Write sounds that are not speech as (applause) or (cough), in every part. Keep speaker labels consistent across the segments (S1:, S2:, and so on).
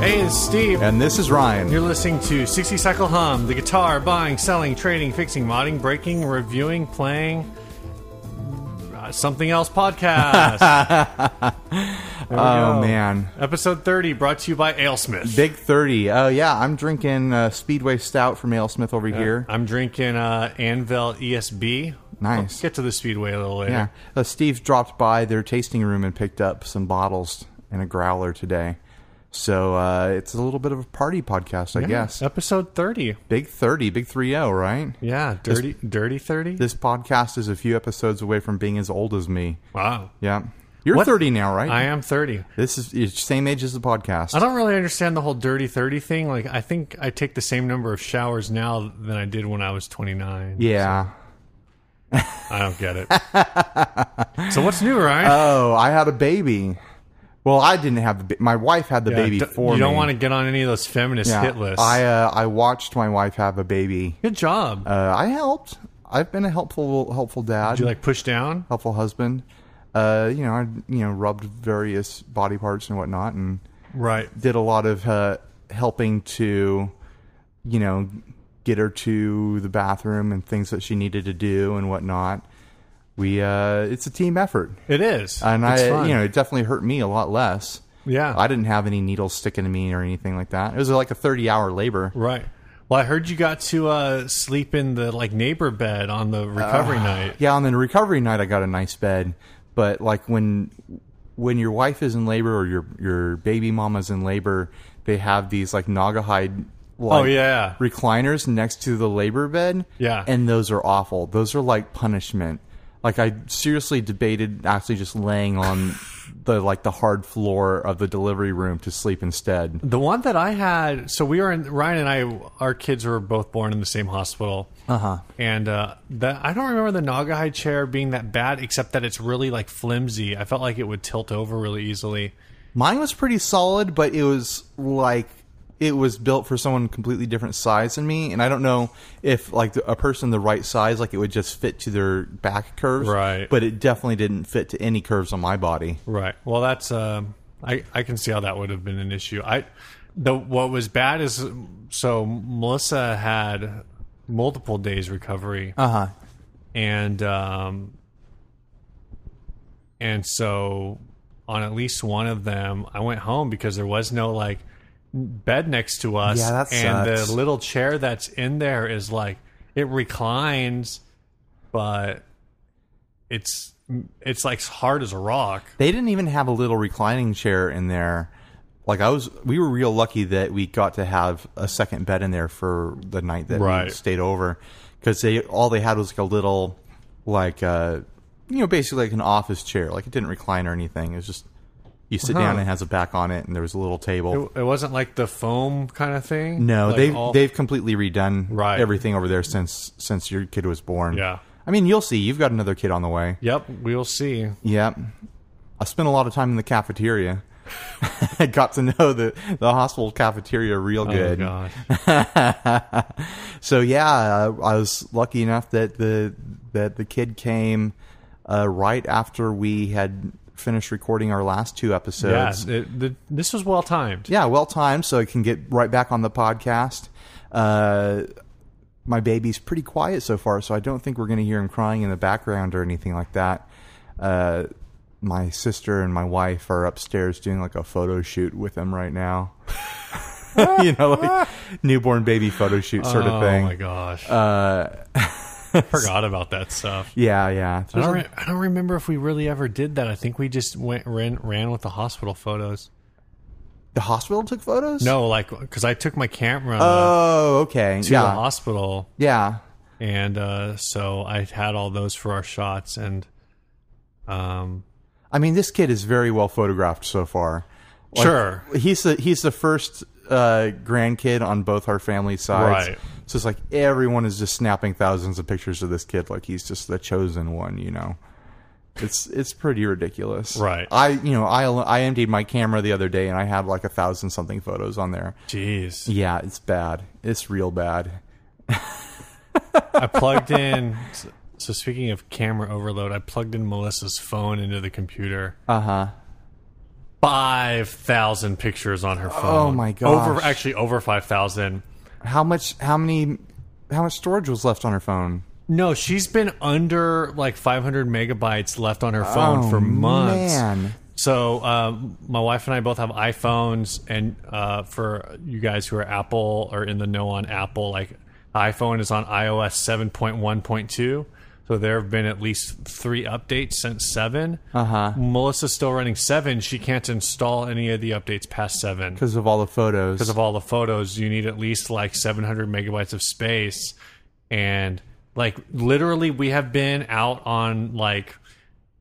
S1: Hey, it's Steve.
S2: And this is Ryan.
S1: You're listening to 60 Cycle Hum, the guitar buying, selling, trading, fixing, modding, breaking, reviewing, playing, uh, something else
S2: (laughs)
S1: podcast. There we
S2: oh
S1: go.
S2: man,
S1: Episode 30 brought to you by Alesmith.
S2: big thirty. Oh yeah, I'm drinking uh, Speedway Stout from Ale Smith over here.
S1: I'm drinking uh, Anvil ESB.
S2: Nice.
S1: We'll get to the Speedway a little later.
S2: yeah, uh, Steve dropped by their tasting room and picked up some bottles and a growler today. So uh, it's a little bit of a party podcast, I guess.
S1: Episode 30.
S2: Big thirty, big three zero, right?
S1: Yeah, dirty, dirty 30.
S2: This podcast is a few episodes away from being as old as me.
S1: wow.
S2: Yeah, you're
S1: What-
S2: thirty now, right?
S1: I am 30.
S2: this is it's same age as the podcast.
S1: I don't really understand the whole dirty 30 thing. Like, I think I take the same number of showers now than I did when I was 29.
S2: yeah.
S1: I don't get it. (laughs) so, what's new, Ryan?
S2: Oh, I had a baby. Well, I didn't have the. Ba- my wife had the
S1: Yeah,
S2: baby
S1: d- you
S2: for me.
S1: don't want to get on any of those feminist
S2: Yeah.
S1: hit lists.
S2: I uh, I watched my wife have a baby.
S1: Good job.
S2: Uh, I helped. I've been a helpful helpful dad,
S1: Did you like push down?
S2: helpful husband. Uh, you know, I you know rubbed various body parts and whatnot, and
S1: Right.
S2: did a lot of uh, helping to, you know, get her to the bathroom and things that she needed to do and whatnot. We uh, it's a team effort,
S1: It is.
S2: and
S1: It's
S2: I
S1: fun.
S2: you know it definitely hurt me a lot less.
S1: yeah.
S2: I didn't have any needles sticking to me or anything like that. It was like a 30 hour labor.
S1: right. Well, I heard you got to uh, sleep in the like neighbor bed on
S2: Uh,
S1: the recovery night.
S2: Yeah, on the recovery night I got a nice bed, but like when when your wife is in labor or your your baby mama's in labor, they have these like naga hide like
S1: Oh, yeah.
S2: recliners next to the labor bed.
S1: Yeah.
S2: And those are awful. Those are like punishment. Like I seriously debated actually just laying on the like the hard floor of the delivery room to sleep instead.
S1: The one that I had, so we were in Ryan and I, our kids were both born in the same hospital. Uh-huh. And, uh that I don't remember the Naugahyde chair being that bad, except that it's really like flimsy. I felt like it would tilt over really easily.
S2: Mine was pretty solid, but it was like it was built for someone completely different size than me, and I don't know if like the, a person the right size, like it would just fit to their back curves,
S1: Right.
S2: But it definitely didn't fit to any curves on my body.
S1: Right. Well, that's um, I I can see how that would have been an issue. I the what was bad is so Melissa had multiple days recovery
S2: Uh huh.
S1: and um and so on at least one of them I went home because there was no like bed next to us
S2: Yeah, that
S1: and
S2: sucks.
S1: the little chair that's in there is like it reclines but it's it's like hard as a rock
S2: They didn't even have a little reclining chair in there. Like I was, we were real lucky that we got to have a second bed in there for the night that we
S1: Right.
S2: stayed over, because they all they had was like a little, like uh, you know, basically like an office chair. Like it didn't recline or anything. It was just you sit down
S1: Huh.
S2: and it has a back on it, and there was a little table.
S1: It, it wasn't like the foam kind of thing.
S2: no,
S1: Like
S2: they've
S1: all-
S2: they've completely redone
S1: Right.
S2: everything over there since since your kid was born.
S1: Yeah.
S2: I mean you'll see. You've got another kid on the way.
S1: Yep, we'll see. Oh,
S2: Yep. I spent a lot of time in the cafeteria. (laughs) I got to know the, the hospital cafeteria real good.
S1: Oh gosh.
S2: so yeah, I, I was lucky enough that the that the kid came uh, right after we had finished recording our last two
S1: yeah,
S2: episodes.
S1: it, the, this was well timed.
S2: Yeah, well timed, so I can get right back on the podcast. Uh, my baby's pretty quiet so far, so I don't think we're going to hear him crying in the background or anything like that. Uh, my sister and my wife are upstairs doing like a photo shoot with him right now. (laughs) you know, like newborn baby photo shoot sort
S1: oh
S2: of thing.
S1: my gosh. Uh, (laughs) forgot about that stuff.
S2: Yeah, yeah.
S1: I don't, re- I don't remember if we really ever did that. I think we just went ran, ran with the hospital photos.
S2: the hospital took photos?
S1: No, like because I took my camera
S2: Oh, okay.
S1: to the
S2: Yeah.
S1: hospital,
S2: Yeah.
S1: and uh, so I had all those for our shots, and um,
S2: I mean, this kid is very well photographed so far. Like,
S1: Sure.
S2: he's the he's the first uh, grandkid on both our family sides.
S1: Right.
S2: So it's like everyone is just snapping thousands of pictures of this kid, like he's just the chosen one, you know. It's it's pretty ridiculous,
S1: Right.
S2: I you know I I emptied my camera the other day and I had like a thousand something photos on there.
S1: jeez.
S2: Yeah, it's bad. It's real bad.
S1: I plugged in So speaking of camera overload, I plugged in Melissa's phone into the computer.
S2: Uh huh.
S1: Five thousand pictures on her phone.
S2: Oh my gosh.
S1: Over actually over five thousand.
S2: How much? How many? How much storage was left on her phone?
S1: No, she's been under like 500 megabytes left on her phone
S2: Oh,
S1: for months.
S2: man.
S1: So um, my wife and I both have iPhones, and uh, for you guys who are Apple or in the know on Apple, like iPhone is on iOS 7.1.2. So there have been at least three updates since seven. Uh
S2: Uh-huh.
S1: huh. Melissa's still running seven. She can't install any of the updates past seven
S2: Because of all the photos.
S1: because of all the photos, you need at least like 700 megabytes of space. And like literally, we have been out on like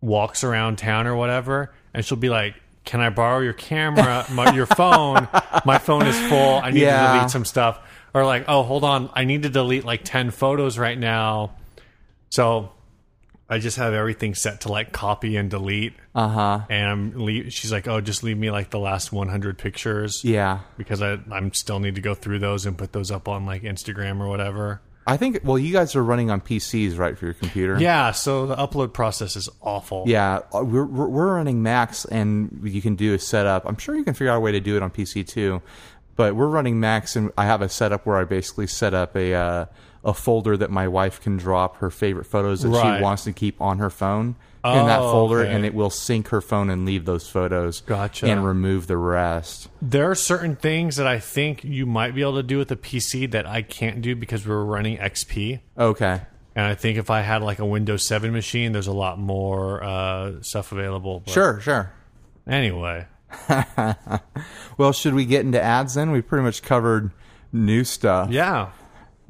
S1: walks around town or whatever, and she'll be like, "Can I borrow your camera, my, your phone? My phone is full. I need
S2: Yeah.
S1: to delete some stuff." Or like, "Oh, hold on, I need to delete like 10 photos right now." So I just have everything set to like copy and delete.
S2: uh huh.
S1: And I'm le- she's like, "Oh, just leave me like the last 100 pictures."
S2: Yeah.
S1: because I I'm still need to go through those and put those up on like Instagram or whatever.
S2: I think. Well, you guys are running on PCs, right, for your computer?
S1: Yeah, so the upload process is awful.
S2: Yeah, uh, we're we're we're running Max, and you can do a setup. I'm sure you can figure out a way to do it on PC too, but we're running Max, and I have a setup where I basically set up a uh, a folder that my wife can drop her favorite photos that
S1: Right.
S2: she wants to keep on her phone in that
S1: Oh,
S2: folder,
S1: okay.
S2: and it will sync her phone and leave those photos,
S1: Gotcha.
S2: and remove the rest.
S1: There are certain things that I think you might be able to do with a PC that I can't do because we're running XP.
S2: Okay,
S1: And I think if I had like a Windows 7 machine, there's a lot more uh, stuff available. But
S2: sure, sure.
S1: Anyway,
S2: Well, should we get into ads then? We pretty much covered new stuff.
S1: yeah,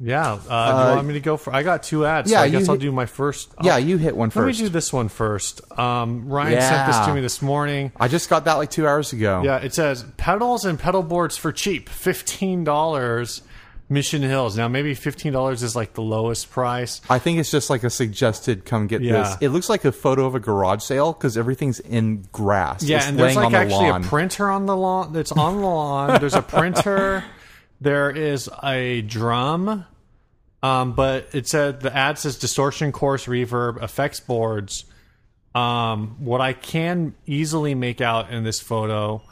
S1: yeah. Uh, do you want me to go for? I got two ads.
S2: yeah,
S1: so I guess
S2: you-
S1: I'll do my first.
S2: Yeah, you hit one
S1: Let me
S2: first.
S1: do this one first. Um, Ryan sent this to
S2: Yeah.
S1: me this morning.
S2: I just got that like two hours ago.
S1: Yeah, it says pedals and pedal boards for cheap, fifteen dollars. Mission Hills. Now maybe fifteen dollars is like the lowest price.
S2: I think it's just like a suggested come get
S1: Yeah.
S2: this. It looks like a photo of a garage sale because everything's in grass.
S1: Yeah,
S2: It's
S1: and there's
S2: laying
S1: like
S2: on the
S1: actually
S2: lawn.
S1: a printer on the lawn. That's on the lawn. There's a
S2: (laughs)
S1: printer. There is a drum. Um, but it said the ad says distortion, course, reverb, effects boards. Um, what I can easily make out in this photo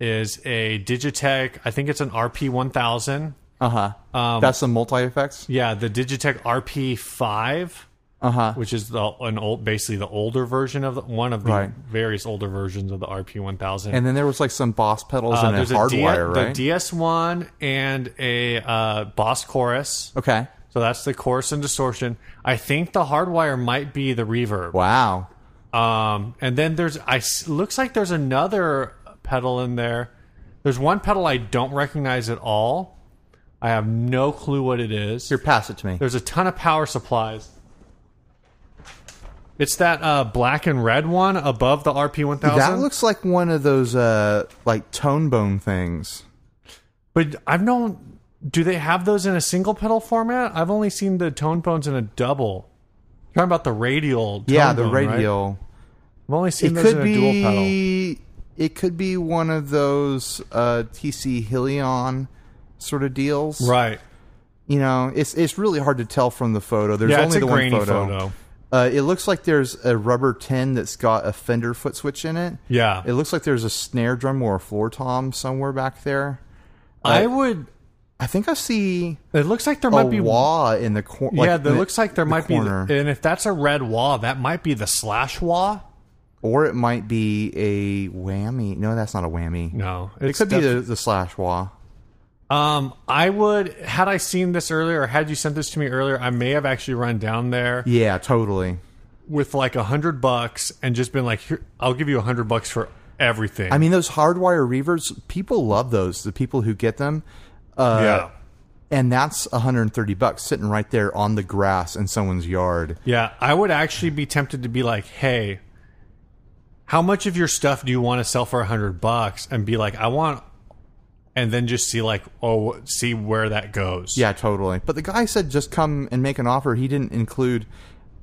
S1: is a Digitech. I think it's an RP one thousand.
S2: uh huh.
S1: um,
S2: That's some multi effects.
S1: Yeah, the Digitech RP5,
S2: Uh huh.
S1: which is the an old, basically the older version of the, one of the
S2: Right.
S1: various older versions of the RP1000.
S2: And then there was like some Boss pedals
S1: Uh,
S2: and a
S1: there's
S2: hardwire,
S1: D-
S2: right?
S1: the DS1 and a uh, Boss Chorus.
S2: okay.
S1: So that's the chorus and distortion. I think the hardwire might be the reverb.
S2: Wow.
S1: Um, and then there's I s- looks like there's another pedal in there. There's one pedal I don't recognize at all. I have no clue what it is.
S2: Here, pass it to me.
S1: There's a ton of power supplies. It's that uh, black and red one above the RP1000.
S2: That looks like one of those uh like tone bone things.
S1: but I've known. Do they have those in a single pedal format? I've only seen the tone bones in a double. You're talking about the radial. Tone
S2: Yeah, the
S1: bone, right?
S2: radial.
S1: I've only
S2: It
S1: seen those in
S2: could
S1: a dual pedal.
S2: be. It could be one of those uh, TC Helion sort of deals,
S1: Right.
S2: you know, it's it's really hard to tell from the photo. There's
S1: Yeah, it's
S2: only
S1: a
S2: the
S1: grainy
S2: one photo.
S1: photo.
S2: Uh, it looks like there's a rubber tin that's got a fender foot switch in it.
S1: Yeah.
S2: It looks like there's a snare drum or a floor tom somewhere back there.
S1: I would.
S2: I think I see
S1: It looks like there
S2: a
S1: might be.
S2: wah in the corner.
S1: yeah, there looks like there might
S2: corner.
S1: be. And if that's a red wah, that might be the slash wah.
S2: or it might be a whammy. No, that's not a whammy.
S1: No,
S2: it could be the, the slash wah.
S1: Um, I would had I seen this earlier, or had you sent this to me earlier, I may have actually run down there
S2: Yeah, totally.
S1: with like a hundred bucks and just been like, Here, "I'll give you a hundred bucks for everything."
S2: I mean, those hardwire reverbs, people love those. The people who get them. Uh,
S1: yeah,
S2: and that's 130 bucks sitting right there on the grass in someone's yard.
S1: yeah. I would actually be tempted to be like, "Hey, how much of your stuff do you want to sell for a hundred bucks?" And be like, "I want," and then just see like, "Oh, see where that goes."
S2: Yeah, totally. But the guy said just come and make an offer. He didn't include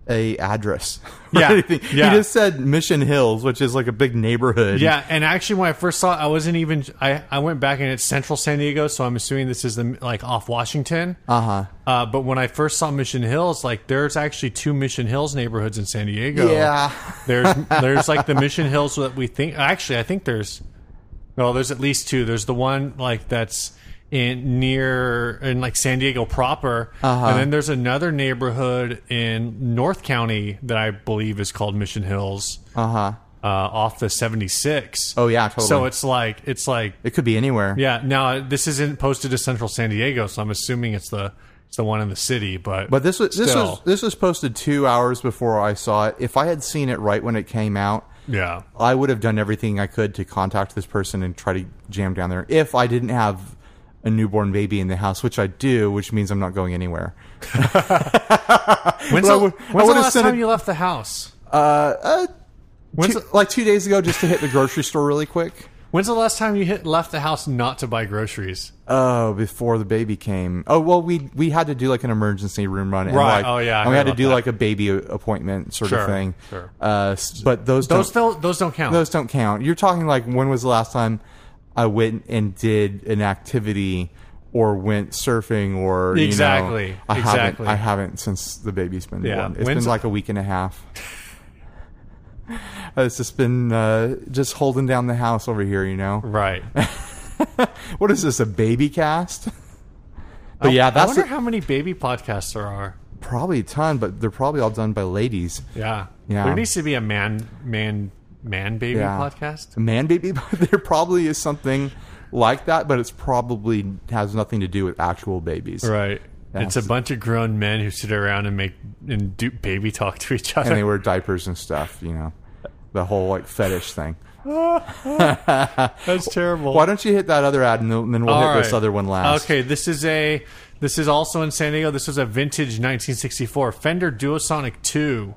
S2: a address. (laughs) or
S1: Yeah,
S2: anything.
S1: yeah.
S2: He just said Mission Hills, which is like a big neighborhood.
S1: Yeah, and actually, when I first saw it, I wasn't even. I, I went back and it's Central San Diego, so I'm assuming this is the like off Washington.
S2: Uh-huh.
S1: Uh, But when I first saw Mission Hills, like there's actually two Mission Hills neighborhoods in San Diego.
S2: Yeah.
S1: there's
S2: (laughs)
S1: there's like the Mission Hills that we think. Actually, I think there's. No, there's at least two. There's the one like that's in near in like San Diego proper,
S2: Uh-huh.
S1: and then there's another neighborhood in North County that I believe is called Mission Hills
S2: Uh huh.
S1: uh, off the 76.
S2: Oh, yeah, totally.
S1: So it's like it's like
S2: It could be anywhere.
S1: yeah. Now this isn't posted to Central San Diego, so I'm assuming it's the it's the one in the city. But
S2: But this was this
S1: Still.
S2: was this was posted two hours before I saw it. If I had seen it right when it came out,
S1: yeah,
S2: I would have done everything I could to contact this person and try to jam down there. If I didn't have a newborn baby in the house, which I do, which means I'm not going anywhere.
S1: when's,
S2: But I
S1: the,
S2: would- I
S1: when's the
S2: would've
S1: last
S2: sent
S1: time
S2: it-
S1: you left the house?
S2: Two,
S1: When's the,
S2: like Uh, two days ago, just to hit the grocery store really quick.
S1: when's the last time you hit, left the house not to buy groceries?
S2: Oh, before the baby came. Oh well, we we had to do like an emergency room run. And
S1: Right.
S2: Like,
S1: Oh, yeah, I
S2: And we
S1: heard
S2: had to
S1: about
S2: do
S1: that.
S2: like a baby appointment sort
S1: Sure,
S2: of thing.
S1: sure.
S2: Uh, s- but those
S1: Those
S2: don't,
S1: don't, those don't count.
S2: those don't count. You're talking like when was the last time I went and did an activity or went surfing or you know,
S1: Exactly,
S2: I
S1: exactly.
S2: haven't. I haven't since the baby's been
S1: Yeah,
S2: born. It's
S1: when's-
S2: been like a week and a
S1: (laughs)
S2: half. it's just been uh, just holding down the house over here. You know
S1: right.
S2: what is this? A baby cast? (laughs) But
S1: I-
S2: (laughs) yeah,
S1: Oh, I
S2: that's
S1: wonder
S2: the-
S1: how many baby podcasts there are.
S2: probably a ton, but they're probably all done by ladies.
S1: Yeah.
S2: Yeah.
S1: There needs to be a man man man baby
S2: Yeah.
S1: podcast.
S2: Man baby, (laughs) there probably is something like that, but it's probably has nothing to do with actual babies.
S1: Right. It's a
S2: That's-
S1: bunch of grown men who sit around and make and do baby talk to each other.
S2: And they wear diapers and stuff, you know. The whole like fetish thing.
S1: That's terrible.
S2: Why don't you hit that other ad and then then we'll
S1: All
S2: hit this
S1: right.
S2: other one last.
S1: Okay, this is a this is also in San Diego. This is a vintage 1964 Fender Duosonic 2.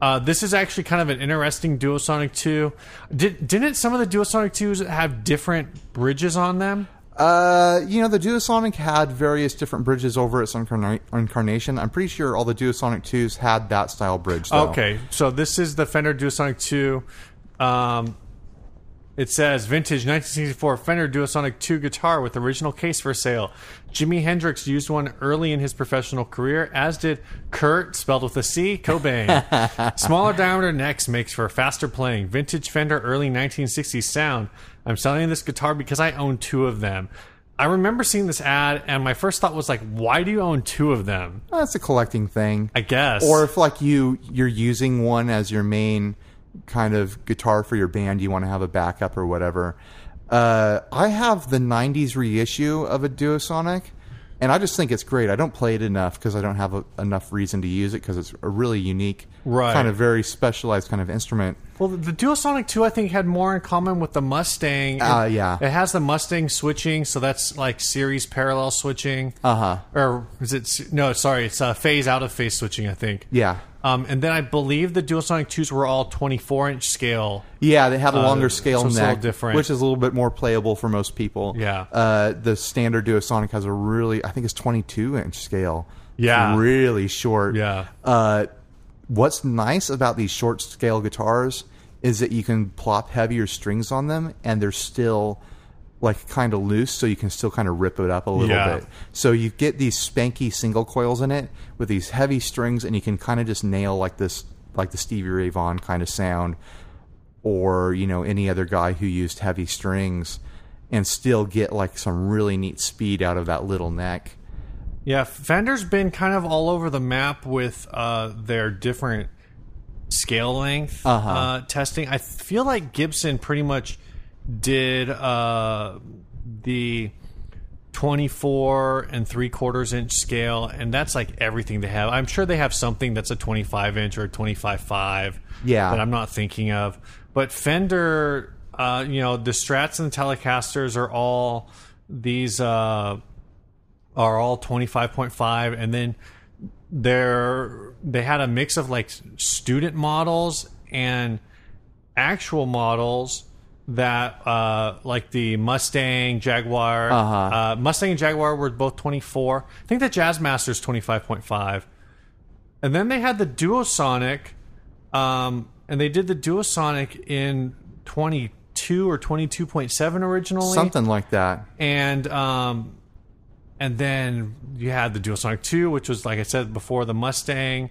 S1: Uh, this is actually kind of an interesting Duosonic 2. Did, didn't some of the Duosonic 2s have different bridges on them?
S2: Uh, you know, the Duosonic had various different bridges over its incarna- incarnation. I'm pretty sure all the Duosonic 2s had that style bridge, though.
S1: Okay, so this is the Fender Duosonic 2. Um, it says vintage 1964 Fender Duosonic 2 guitar with original case for sale. Jimi Hendrix used one early in his professional career, as did Kurt, spelled with a C,
S2: (laughs)
S1: Cobain. Smaller diameter necks makes for faster playing. Vintage Fender early 1960s sound. I'm selling this guitar because I own two of them. I remember seeing this ad, and my first thought was like, "Why do you own two of them?"
S2: That's a collecting thing.
S1: I guess.
S2: or if like you you're using one as your main kind of guitar for your band you want to have a backup or whatever uh, i have the 90s reissue of a duosonic and i just think it's great i don't play it enough because i don't have a, enough reason to use it because it's a really unique
S1: Right.
S2: kind of very specialized kind of instrument
S1: Well, the Duosonic 2, I think, had more in common with the Mustang.
S2: Ah,
S1: It-
S2: yeah.
S1: It has the Mustang switching, so that's like series parallel switching. Uh huh. Or is it, se- no, sorry, it's uh, phase out of phase switching, I think.
S2: yeah
S1: Um, and then I believe the Duosonic 2s were all 24 inch scale.
S2: Yeah, they have
S1: Uh,
S2: a longer scale
S1: so it's a
S2: neck,
S1: little different.
S2: which is a little bit more playable for most people.
S1: Yeah.
S2: uh, the standard Duosonic has a really, I think it's 22 inch scale.
S1: Yeah.
S2: It's really short.
S1: Yeah.
S2: Uh, what's nice about these short scale guitars is that you can plop heavier strings on them, and they're still like kind of loose, so you can still kind of rip it up a little
S1: Yeah.
S2: bit. So you get these spanky single coils in it with these heavy strings, and you can kind of just nail like this, like the Stevie Ray Vaughan kind of sound, or you know any other guy who used heavy strings, and still get like some really neat speed out of that little neck.
S1: Yeah, Fender's been kind of all over the map with uh, their different scale length uh testing. I feel like Gibson pretty much did uh, the 24 and three quarters inch scale, and that's like everything they have. I'm sure they have something that's a 25 inch or a 25 five.
S2: Yeah.
S1: that I'm not thinking of. But Fender, uh, you know, the Strats and the Telecasters are all these. Uh, are all 25.5 and then they're they had a mix of like student models and actual models that uh like the mustang jaguar uh mustang and jaguar were both 24 i think the jazzmaster's 25.5 And then they had the Duosonic, um, and they did the Duosonic in 22 or 22.7 originally.
S2: Something like that.
S1: And um, and then you had the Dualsonic 2, which was like I said before, the Mustang.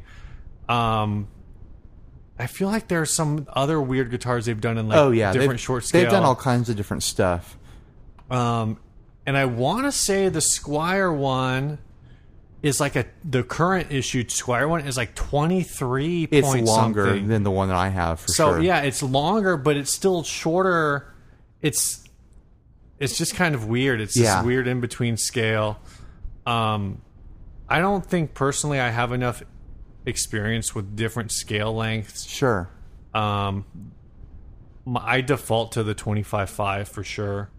S1: Um, I feel like there's some other weird guitars they've done in like
S2: Oh yeah,
S1: different
S2: they've,
S1: short scale.
S2: They've done all kinds of different stuff.
S1: Um, and I want to say the Squire one is like a the current issue Squire one is like 23
S2: It's
S1: point
S2: longer
S1: something.
S2: than the one that I have for
S1: So
S2: sure.
S1: yeah, it's longer, but it's still shorter. It's it's just kind of weird. It's
S2: Yeah.
S1: this weird in between scale. Um, I don't think personally I have enough experience with different scale lengths.
S2: sure.
S1: Um, my, I default to the twenty five five for sure.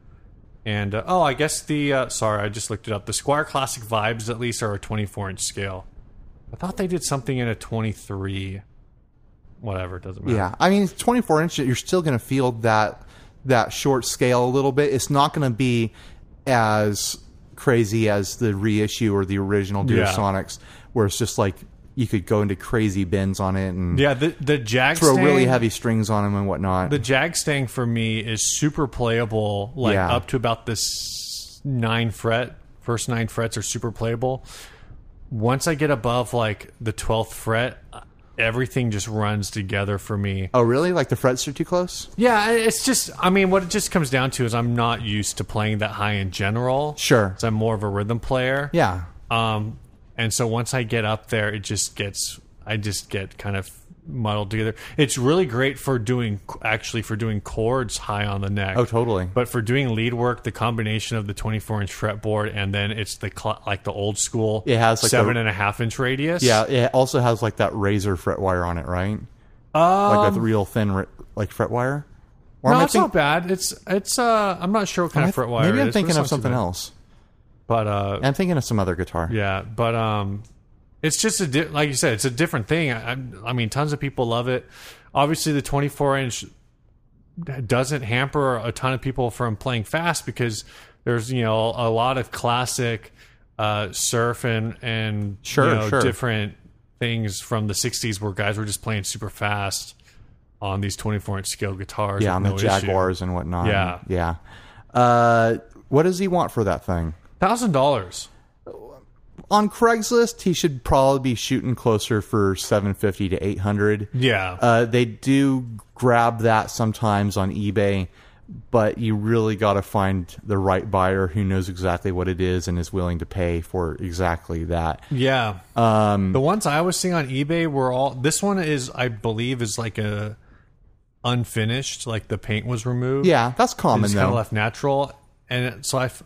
S1: And uh, oh, I guess the uh, sorry, I just looked it up. The Squire Classic Vibes at least are a twenty four inch scale. I thought they did something in a twenty three. Whatever, it doesn't matter.
S2: Yeah, I mean, it's 24 inch. You're still going to feel that that short scale a little bit. It's not going to be as crazy as the reissue or the original Dear
S1: Yeah.
S2: Sonics, where it's just like you could go into crazy bends on it and
S1: Yeah, the the jag
S2: throw
S1: stang,
S2: really heavy strings on them and whatnot.
S1: The jag stang for me is super playable, like
S2: Yeah.
S1: up to about this nine fret. First nine frets are super playable. Once I get above like the twelfth fret, everything just runs together for me.
S2: oh, really? Like the frets are too close?
S1: Yeah, I- it's just. I mean, what it just comes down to is I'm not used to playing that high in general.
S2: Sure.
S1: so I'm more of a rhythm player.
S2: Yeah.
S1: Um, and so once I get up there, it just gets, I just get kind of muddled together. It's really great for doing, actually, for doing chords high on the neck.
S2: Oh, totally.
S1: But for doing lead work, the combination of the 24 inch fretboard and then it's the, cl- like the old school,
S2: It has, like,
S1: seven
S2: the-
S1: and a half inch radius.
S2: Yeah, it also has like that razor fret wire on it, right?
S1: Uh,
S2: Like a real thin ri- like fret wire. Or
S1: no,
S2: am I
S1: it's
S2: think-
S1: not bad. It's, it's, uh, I'm not sure what kind of
S2: I th-
S1: fret wire
S2: Maybe
S1: it
S2: I'm
S1: is, but
S2: thinking
S1: it's
S2: of
S1: not too
S2: something
S1: bad.
S2: else.
S1: But, uh,
S2: I'm thinking of some other guitar.
S1: Yeah, but um, it's just a di- like you said, it's a different thing. I, I- I mean, tons of people love it. Obviously, the 24 inch doesn't hamper a ton of people from playing fast because there's you know a lot of classic uh, surf and and
S2: Sure,
S1: you know,
S2: sure.
S1: different things from the 60s where guys were just playing super fast on these 24 inch scale guitars. with
S2: Yeah, on
S1: no
S2: the
S1: issue.
S2: Jaguars and whatnot.
S1: Yeah.
S2: yeah. Uh, what does he want for that thing?
S1: thousand dollars.
S2: On Craigslist, he should probably be shooting closer for seven fifty to eight hundred.
S1: Yeah,
S2: Uh, they do grab that sometimes on eBay, but you really got to find the right buyer who knows exactly what it is and is willing to pay for exactly that.
S1: Yeah. Um, the ones I was seeing on eBay were all. This one is, I believe, is like a unfinished. Like the paint was removed.
S2: Yeah, that's common
S1: It's kind
S2: though.
S1: of left natural, and it- so I. f-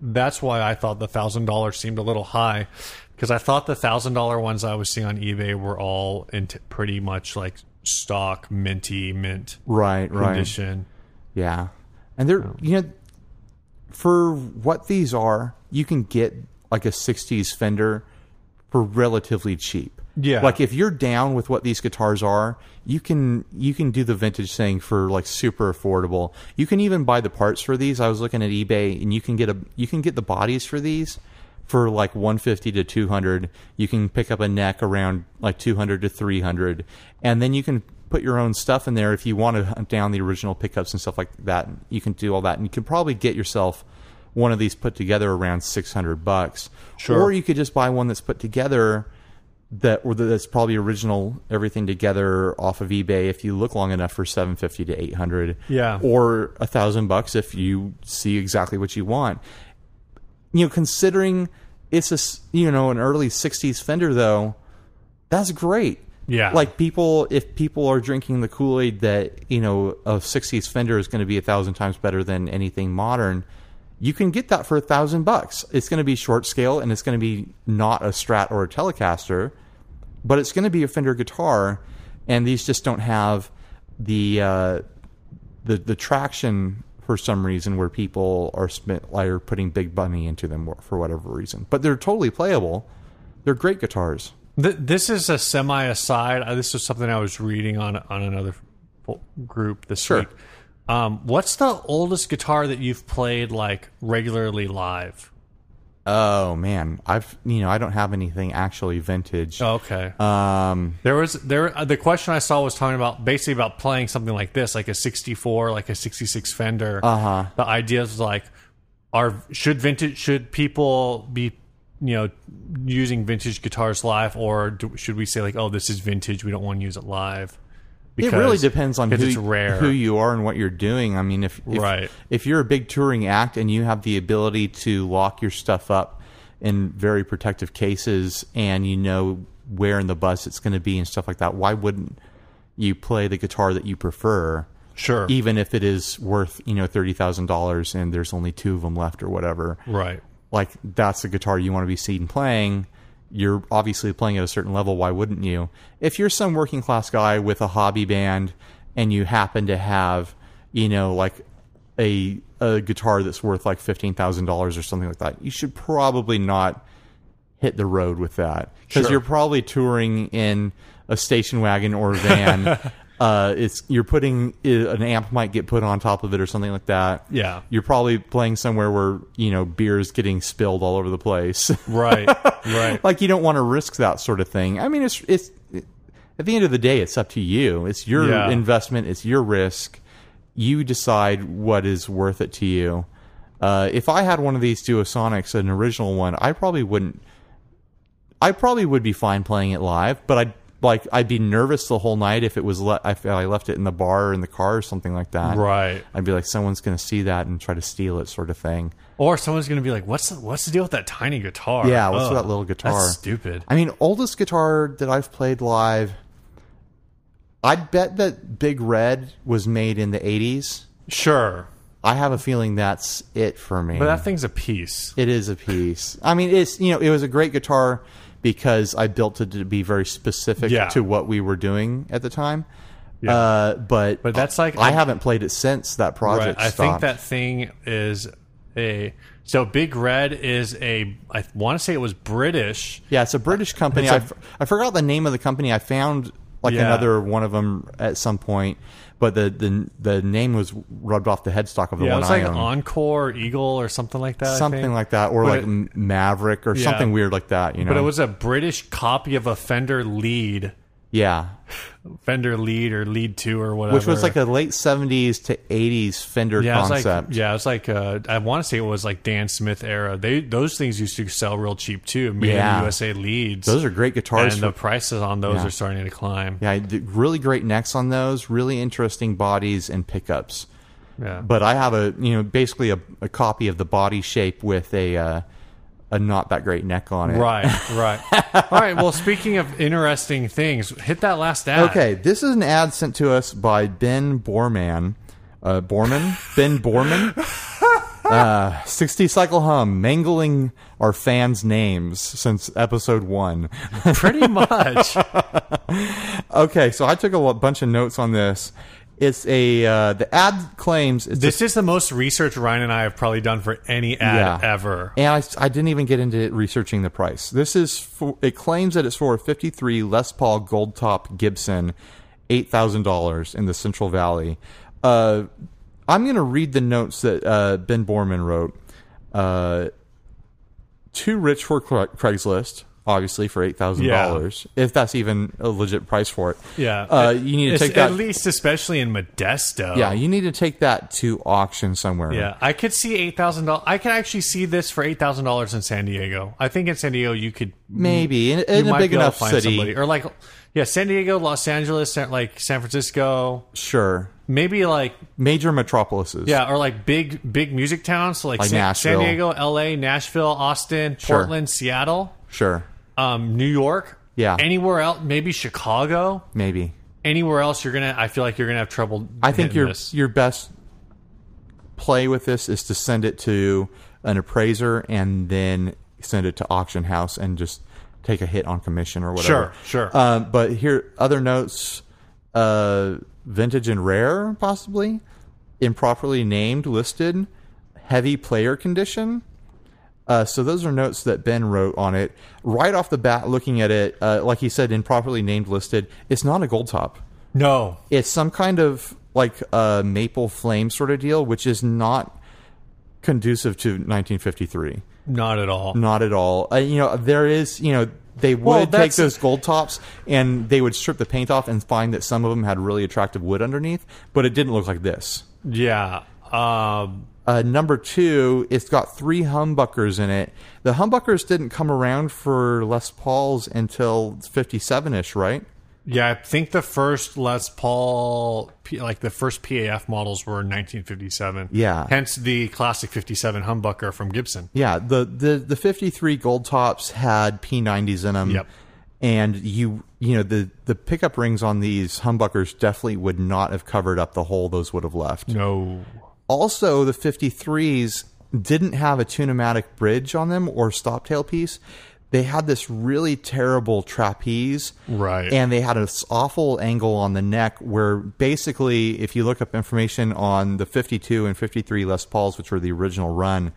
S1: That's why I thought the thousand dollars seemed a little high, because I thought the thousand dollar ones I was seeing on eBay were all in t- pretty much like stock minty mint
S2: right, right.
S1: condition.
S2: Yeah. And they're, you know, for what these are, you can get like a 60s Fender for relatively cheap.
S1: Yeah.
S2: Like if you're down with what these guitars are, you can you can do the vintage thing for like super affordable. You can even buy the parts for these. I was looking at eBay and you can get a you can get the bodies for these for like 150 to 200. You can pick up a neck around like 200 to 300 and then you can put your own stuff in there if you want to hunt down the original pickups and stuff like that. You can do all that and you can probably get yourself one of these put together around 600 bucks.
S1: Sure.
S2: Or you could just buy one that's put together that or that's probably original everything together off of eBay if you look long enough for 750 to 800
S1: Yeah.
S2: or a thousand bucks if you see exactly what you want you know considering it's a s- you know an early 60s fender though that's great
S1: Yeah.
S2: like people if people are drinking the kool-aid that you know a 60s fender is going to be a thousand times better than anything modern you can get that for a thousand bucks it's going to be short scale and it's going to be not a strat or a telecaster but it's going to be a Fender guitar, and these just don't have the uh, the the traction for some reason where people are spent like, are putting big money into them for whatever reason. But they're totally playable. They're great guitars.
S1: Th- this is a semi aside. Uh, This is something I was reading on on another f- group this
S2: Sure.
S1: week. Um, what's the oldest guitar that you've played like regularly live?
S2: Oh man, I've you know I don't have anything actually vintage.
S1: Oh, Okay.
S2: Um,
S1: There was there uh, the question I saw was talking about basically about playing something like this, like a 64, like a 66 Fender. Uh-huh. The idea was like are should vintage should people be you know using vintage guitars live or do, should we say like oh this is vintage we don't want to use it live?
S2: it really depends on who,
S1: because it's rare.
S2: who you are and what you're doing. I mean, if if,
S1: Right.
S2: if you're a big touring act and you have the ability to lock your stuff up in very protective cases and you know where in the bus it's going to be and stuff like that, why wouldn't you play the guitar that you prefer?
S1: Sure.
S2: Even if it is worth you know thirty thousand dollars and there's only two of them left or whatever,
S1: right.
S2: like that's the guitar you want to be seen playing you're obviously playing at a certain level why wouldn't you if you're some working class guy with a hobby band and you happen to have you know like a a guitar that's worth like $15,000 or something like that you should probably not hit the road with that because
S1: Sure.
S2: you're probably touring in a station wagon
S1: (laughs)
S2: or a van uh it's you're putting an amp might get put on top of it or something like that
S1: Yeah.
S2: you're probably playing somewhere where you know beer is getting spilled all over the place. (laughs)
S1: Right. right.
S2: like you don't want to risk that sort of thing. I mean, it's it's at the end of the day, it's up to you. It's your
S1: Yeah.
S2: investment. It's your risk. You decide what is worth it to you. Uh, if I had one of these Duosonics, an original one, I probably wouldn't. I probably would be fine playing it live, but I'd like I'd be nervous the whole night if it was le- if I left it in the bar or in the car or something like that.
S1: Right.
S2: I'd be like, someone's going to see that and try to steal it, sort of thing.
S1: Or someone's going to be like what's the, what's the deal with that tiny guitar?
S2: Yeah, what's
S1: Ugh,
S2: that little guitar?
S1: That's stupid.
S2: I mean, oldest guitar that I've played live. I'd bet that Big Red was made in the '80s.
S1: Sure.
S2: I have a feeling that's it for me.
S1: But that thing's a piece.
S2: it is a piece. I mean, it's you know, it was a great guitar because I built it to be very specific
S1: Yeah.
S2: to what we were doing at the time.
S1: Yeah.
S2: Uh, but
S1: But that's like-
S2: I haven't played it since that project.
S1: I think
S2: stopped.
S1: that thing is a so Big Red is a I want to say it was British.
S2: Yeah, it's a British company.
S1: It's
S2: I
S1: a-
S2: f- I forgot the name of the company. I found like
S1: Yeah.
S2: another one of them at some point, but the the the name was rubbed off the headstock of the
S1: Yeah, it
S2: one
S1: was
S2: I
S1: like
S2: own.
S1: Encore Eagle or something like that. I
S2: something
S1: think.
S2: like that, or
S1: But
S2: like
S1: it-
S2: M Maverick, or
S1: Yeah.
S2: something weird like that. You know,
S1: But it was a British copy of a Fender Lead,
S2: yeah,
S1: Fender Lead or Lead Two or whatever.
S2: which was like a late seventies to eighties Fender
S1: yeah, it was like
S2: concept.
S1: yeah, it was like uh, I want to say it was like Dan Smith era. They those things used to sell real cheap too. Made
S2: Yeah.
S1: in USA leads.
S2: Those are great guitars.
S1: and
S2: for-
S1: the prices on those
S2: Yeah.
S1: are starting to climb.
S2: yeah, the really great necks on those. Really interesting bodies and pickups.
S1: Yeah.
S2: But I have a you know basically a, a copy of the body shape with a uh, a not that great neck on (laughs) it.
S1: Right, right. All right. Well, speaking of interesting things, hit that last ad.
S2: Okay, this is an ad sent to us by Ben Borman. Uh, Borman? ben Borman? Uh, 60 Cycle Hum, mangling our fans' names since episode one.
S1: (laughs)
S2: (laughs)
S1: Pretty much.
S2: Okay, so I took a lo- bunch of notes on this. It's a, uh, the ad claims it's a
S1: this is the most research Ryan and I have probably done for any ad
S2: Yeah.
S1: ever.
S2: And I, I didn't even get into researching the price. This is for, it claims that it's for a 53 Les Paul Gold Top Gibson, eight thousand dollars in the Central Valley. Uh, I'm going to read the notes that uh, Ben Borman wrote. Uh, too rich for Cra- Craigslist, obviously for eight thousand dollars, if that's even a legit price for it.
S1: Yeah.
S2: uh, you need to
S1: It's-
S2: take that.
S1: At least, especially in Modesto.
S2: yeah, you need to take that to auction somewhere.
S1: Yeah, I could see eight thousand dollars. I could actually see this for eight thousand dollars in San Diego. I think in San Diego you could
S2: maybe in, in
S1: you
S2: a
S1: might
S2: big
S1: be able to
S2: enough
S1: find
S2: city.
S1: somebody or like yeah, San Diego, Los Angeles, San- like San Francisco,
S2: Sure.
S1: maybe like
S2: major metropolises.
S1: Yeah, or like big big music towns, so like,
S2: Like
S1: San, San
S2: Nashville.
S1: Diego, L.A., Nashville, Austin,
S2: Sure.
S1: Portland, Seattle,
S2: Sure.
S1: um, New York.
S2: Yeah.
S1: anywhere else, maybe Chicago.
S2: Maybe.
S1: Anywhere else, you're gonna. I feel like you're gonna have trouble.
S2: I think
S1: hitting
S2: your
S1: this.
S2: your best play with this is to send it to an appraiser and then send it to auction house and just take a hit on commission or whatever.
S1: Sure, sure.
S2: Um, but here other notes uh, vintage and rare possibly improperly named listed heavy player condition Uh, so those are notes that Ben wrote on it. Right off the bat, looking at it, uh, like he said, improperly named listed, it's not a gold top.
S1: no.
S2: It's some kind of like uh, maple flame sort of deal, which is not conducive to 1953.
S1: Not at all.
S2: Not at all. Uh, you know, there is, you know, they would
S1: Well,
S2: take
S1: that's-
S2: those gold tops and they would strip the paint off and find that some of them had really attractive wood underneath, but it didn't look like this.
S1: Yeah. Um,
S2: Uh, number two, it's got three humbuckers in it. The humbuckers didn't come around for Les Pauls until 57 ish, right?
S1: yeah, I think the first Les Paul, P- like the first PAF models were in 1957.
S2: Yeah.
S1: Hence the classic 57 humbucker from Gibson.
S2: Yeah, the, the, the 53 gold tops had P90s in them.
S1: Yep.
S2: And you you know the the pickup rings on these humbuckers definitely would not have covered up the hole those would have left.
S1: No.
S2: Also, the 53s didn't have a tunematic bridge on them or stop tail piece. They had this really terrible trapeze.
S1: Right.
S2: And they had this awful angle on the neck where basically, if you look up information on the 52 and 53 Les Pauls, which were the original run,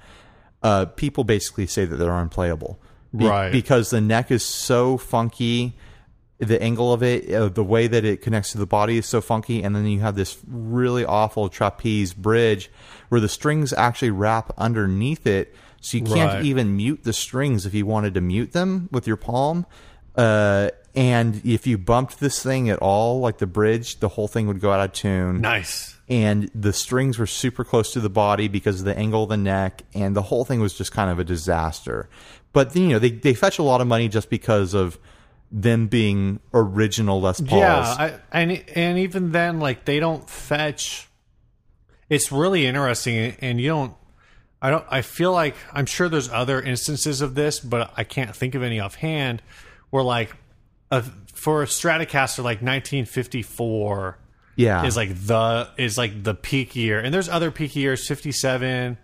S2: uh, people basically say that they're unplayable.
S1: Right.
S2: Because the neck is so funky. The angle of it, uh, the way that it connects to the body is so funky. And then you have this really awful trapeze bridge where the strings actually wrap underneath it. So you can't
S1: Right.
S2: even mute the strings if you wanted to mute them with your palm. Uh, and if you bumped this thing at all, like the bridge, the whole thing would go out of tune
S1: Nice.
S2: and the strings were super close to the body because of the angle of the neck, and the whole thing was just kind of a disaster. But you know, they they fetch a lot of money just because of them being original Les Pauls.
S1: Yeah, I, and and even then, like they don't fetch. It's really interesting, and you don't. I don't. I feel like I'm sure there's other instances of this, but I can't think of any offhand. Where like, a, for a Stratocaster, like 1954
S2: yeah,
S1: is like the is like the peak year, and there's other peak years, 57.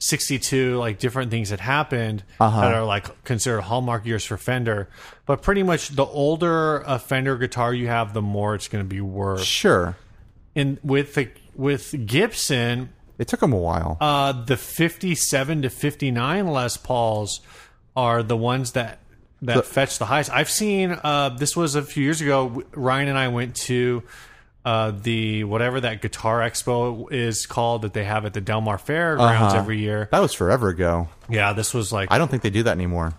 S1: 62 like different things that happened that are like considered hallmark years for fender but pretty much the older a fender guitar you have the more it's going to be worth
S2: sure.
S1: and with the with gibson
S2: It took them a while.
S1: uh the 57 to 59 les pauls are the ones that that fetch the highest i've seen uh this was a few years ago ryan and i went to uh, the whatever that guitar expo is called that they have at the Del Mar Fairgrounds every year.
S2: that was forever ago.
S1: Yeah, this was like
S2: Uh-huh. I don't think they do that anymore.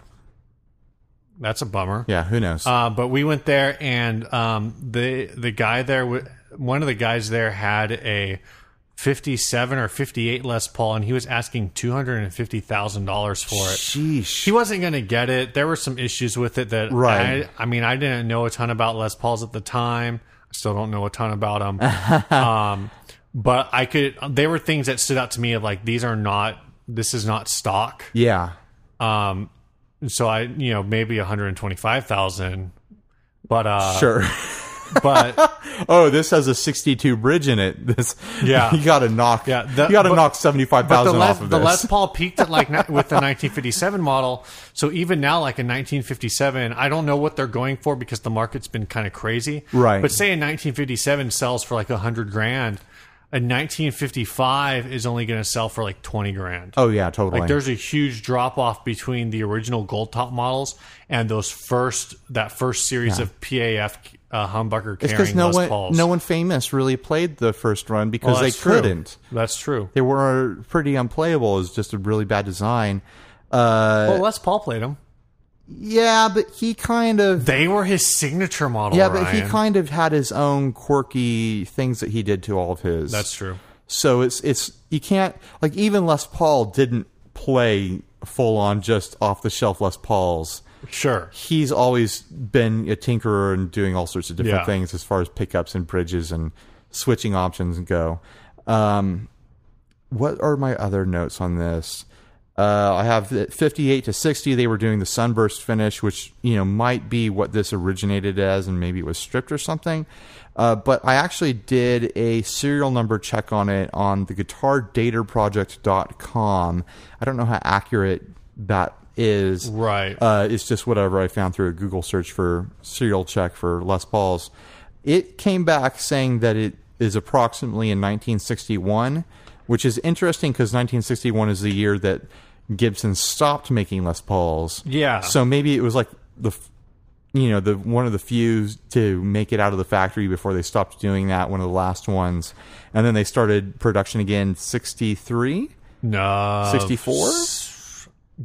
S1: That's a bummer.
S2: Yeah, who knows?
S1: Uh, but we went there, and um, the the guy there, w- one of the guys there had a fifty-seven or fifty-eight Les Paul, and he was asking two hundred and fifty thousand dollars for it.
S2: Sheesh.
S1: He wasn't going to get it. There were some issues with it that
S2: Right.
S1: I, I mean, I didn't know a ton about Les Pauls at the time. I still don't know a ton about them.
S2: (laughs)
S1: um, but I could. They were things that stood out to me of like these are not. This is not stock.
S2: yeah,
S1: Um, so I, you know, maybe one hundred twenty five thousand, but uh,
S2: sure. (laughs)
S1: but
S2: oh, this has a sixty-two bridge in it. This,
S1: Yeah.
S2: (laughs) you got to knock.
S1: Yeah, the-
S2: you got to
S1: but-
S2: knock seventy-five
S1: but the
S2: thousand
S1: Les,
S2: off of
S1: the
S2: this.
S1: Les Paul peaked at like ni- with the nineteen fifty seven model. So even now, like in nineteen fifty seven, I don't know what they're going for because the market's been kind of crazy,
S2: Right.
S1: But say a nineteen fifty seven sells for like a hundred grand, a nineteen fifty five is only going to sell for like twenty grand.
S2: oh yeah, totally.
S1: Like there's a huge drop off between the original gold top models and those first that first series of PAF uh, humbucker
S2: It's because
S1: carrying
S2: no
S1: Les
S2: one,
S1: Pauls.
S2: no one famous really played the first run because
S1: Well,
S2: they
S1: that's true.
S2: couldn't.
S1: That's true.
S2: They were pretty unplayable. It's just a really bad design. Uh,
S1: Well, Les Paul played them.
S2: yeah, but he kind of
S1: They were his signature model.
S2: yeah, but he
S1: Ryan.
S2: kind of had his own quirky things that he did to all of his.
S1: That's true.
S2: so it's it's you can't like even Les Paul didn't play full on just off the shelf Les Pauls.
S1: Sure.
S2: He's always been a tinkerer and doing all sorts of different
S1: Yeah.
S2: things as far as pickups and bridges and switching options and go. Um, what are my other notes on this? Uh, I have that 58 to 60. They were doing the sunburst finish, which you know might be what this originated as, and maybe it was stripped or something. Uh, but I actually did a serial number check on it on the guitardaterproject.com. I don't know how accurate that is.
S1: Right.
S2: Uh, it's just whatever I found through a Google search for serial check for Les Pauls. It came back saying that it is approximately in 1961, which is interesting because 1961 is the year that Gibson stopped making Les Pauls.
S1: Yeah.
S2: So maybe it was like the, f- you know, the one of the few to make it out of the factory before they stopped doing that. One of the last ones, and then they started production again 63.
S1: no.
S2: 64?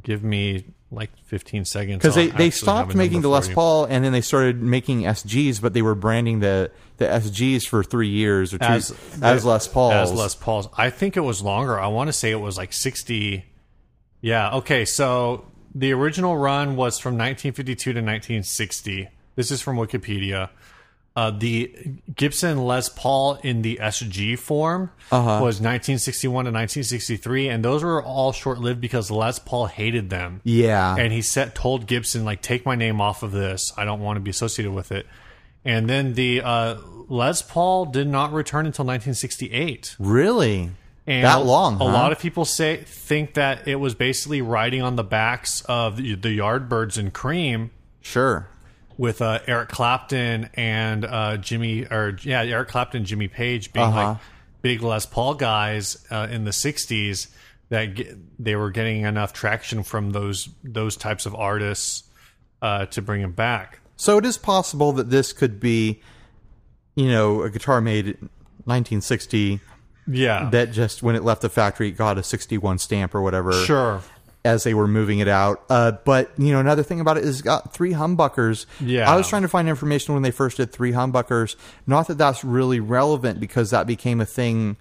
S1: give me like 15 seconds.
S2: because they,
S1: I'll
S2: they
S1: actually have
S2: stopped
S1: a
S2: making
S1: number for
S2: the Les
S1: you.
S2: Paul and then they started making SGs, but they were branding the the SGs for three years or two
S1: As-
S2: as, Les Pauls.
S1: as Les Pauls. I think it was longer. I want to say it was like 60. Yeah, okay. So the original run was from 1952 to 1960. This is from Wikipedia. Uh, the Gibson Les Paul in the SG form was 1961 to 1963, and those were all short lived because Les Paul hated them
S2: Yeah,
S1: and he set told Gibson like take my name off of this. I don't want to be associated with it. And then the uh, Les Paul did not return until 1968.
S2: really,
S1: And
S2: that long?
S1: A
S2: huh?
S1: lot of people say think that it was basically riding on the backs of the, the Yardbirds and Cream
S2: sure.
S1: with uh, Eric Clapton and uh, Jimmy or yeah Eric Clapton Jimmy Page being like big Les Paul guys uh, in the '60s that ge- they were getting enough traction from those those types of artists uh, to bring them back.
S2: So it is possible that this could be, you know, a guitar made in 1960
S1: Yeah,
S2: that just when it left the factory it got a 61 stamp or whatever.
S1: sure.
S2: as they were moving it out. Uh, but you know, another thing about it is it's got three humbuckers.
S1: Yeah.
S2: I was trying to find information when they first did three humbuckers. Not that that's really relevant because that became a thing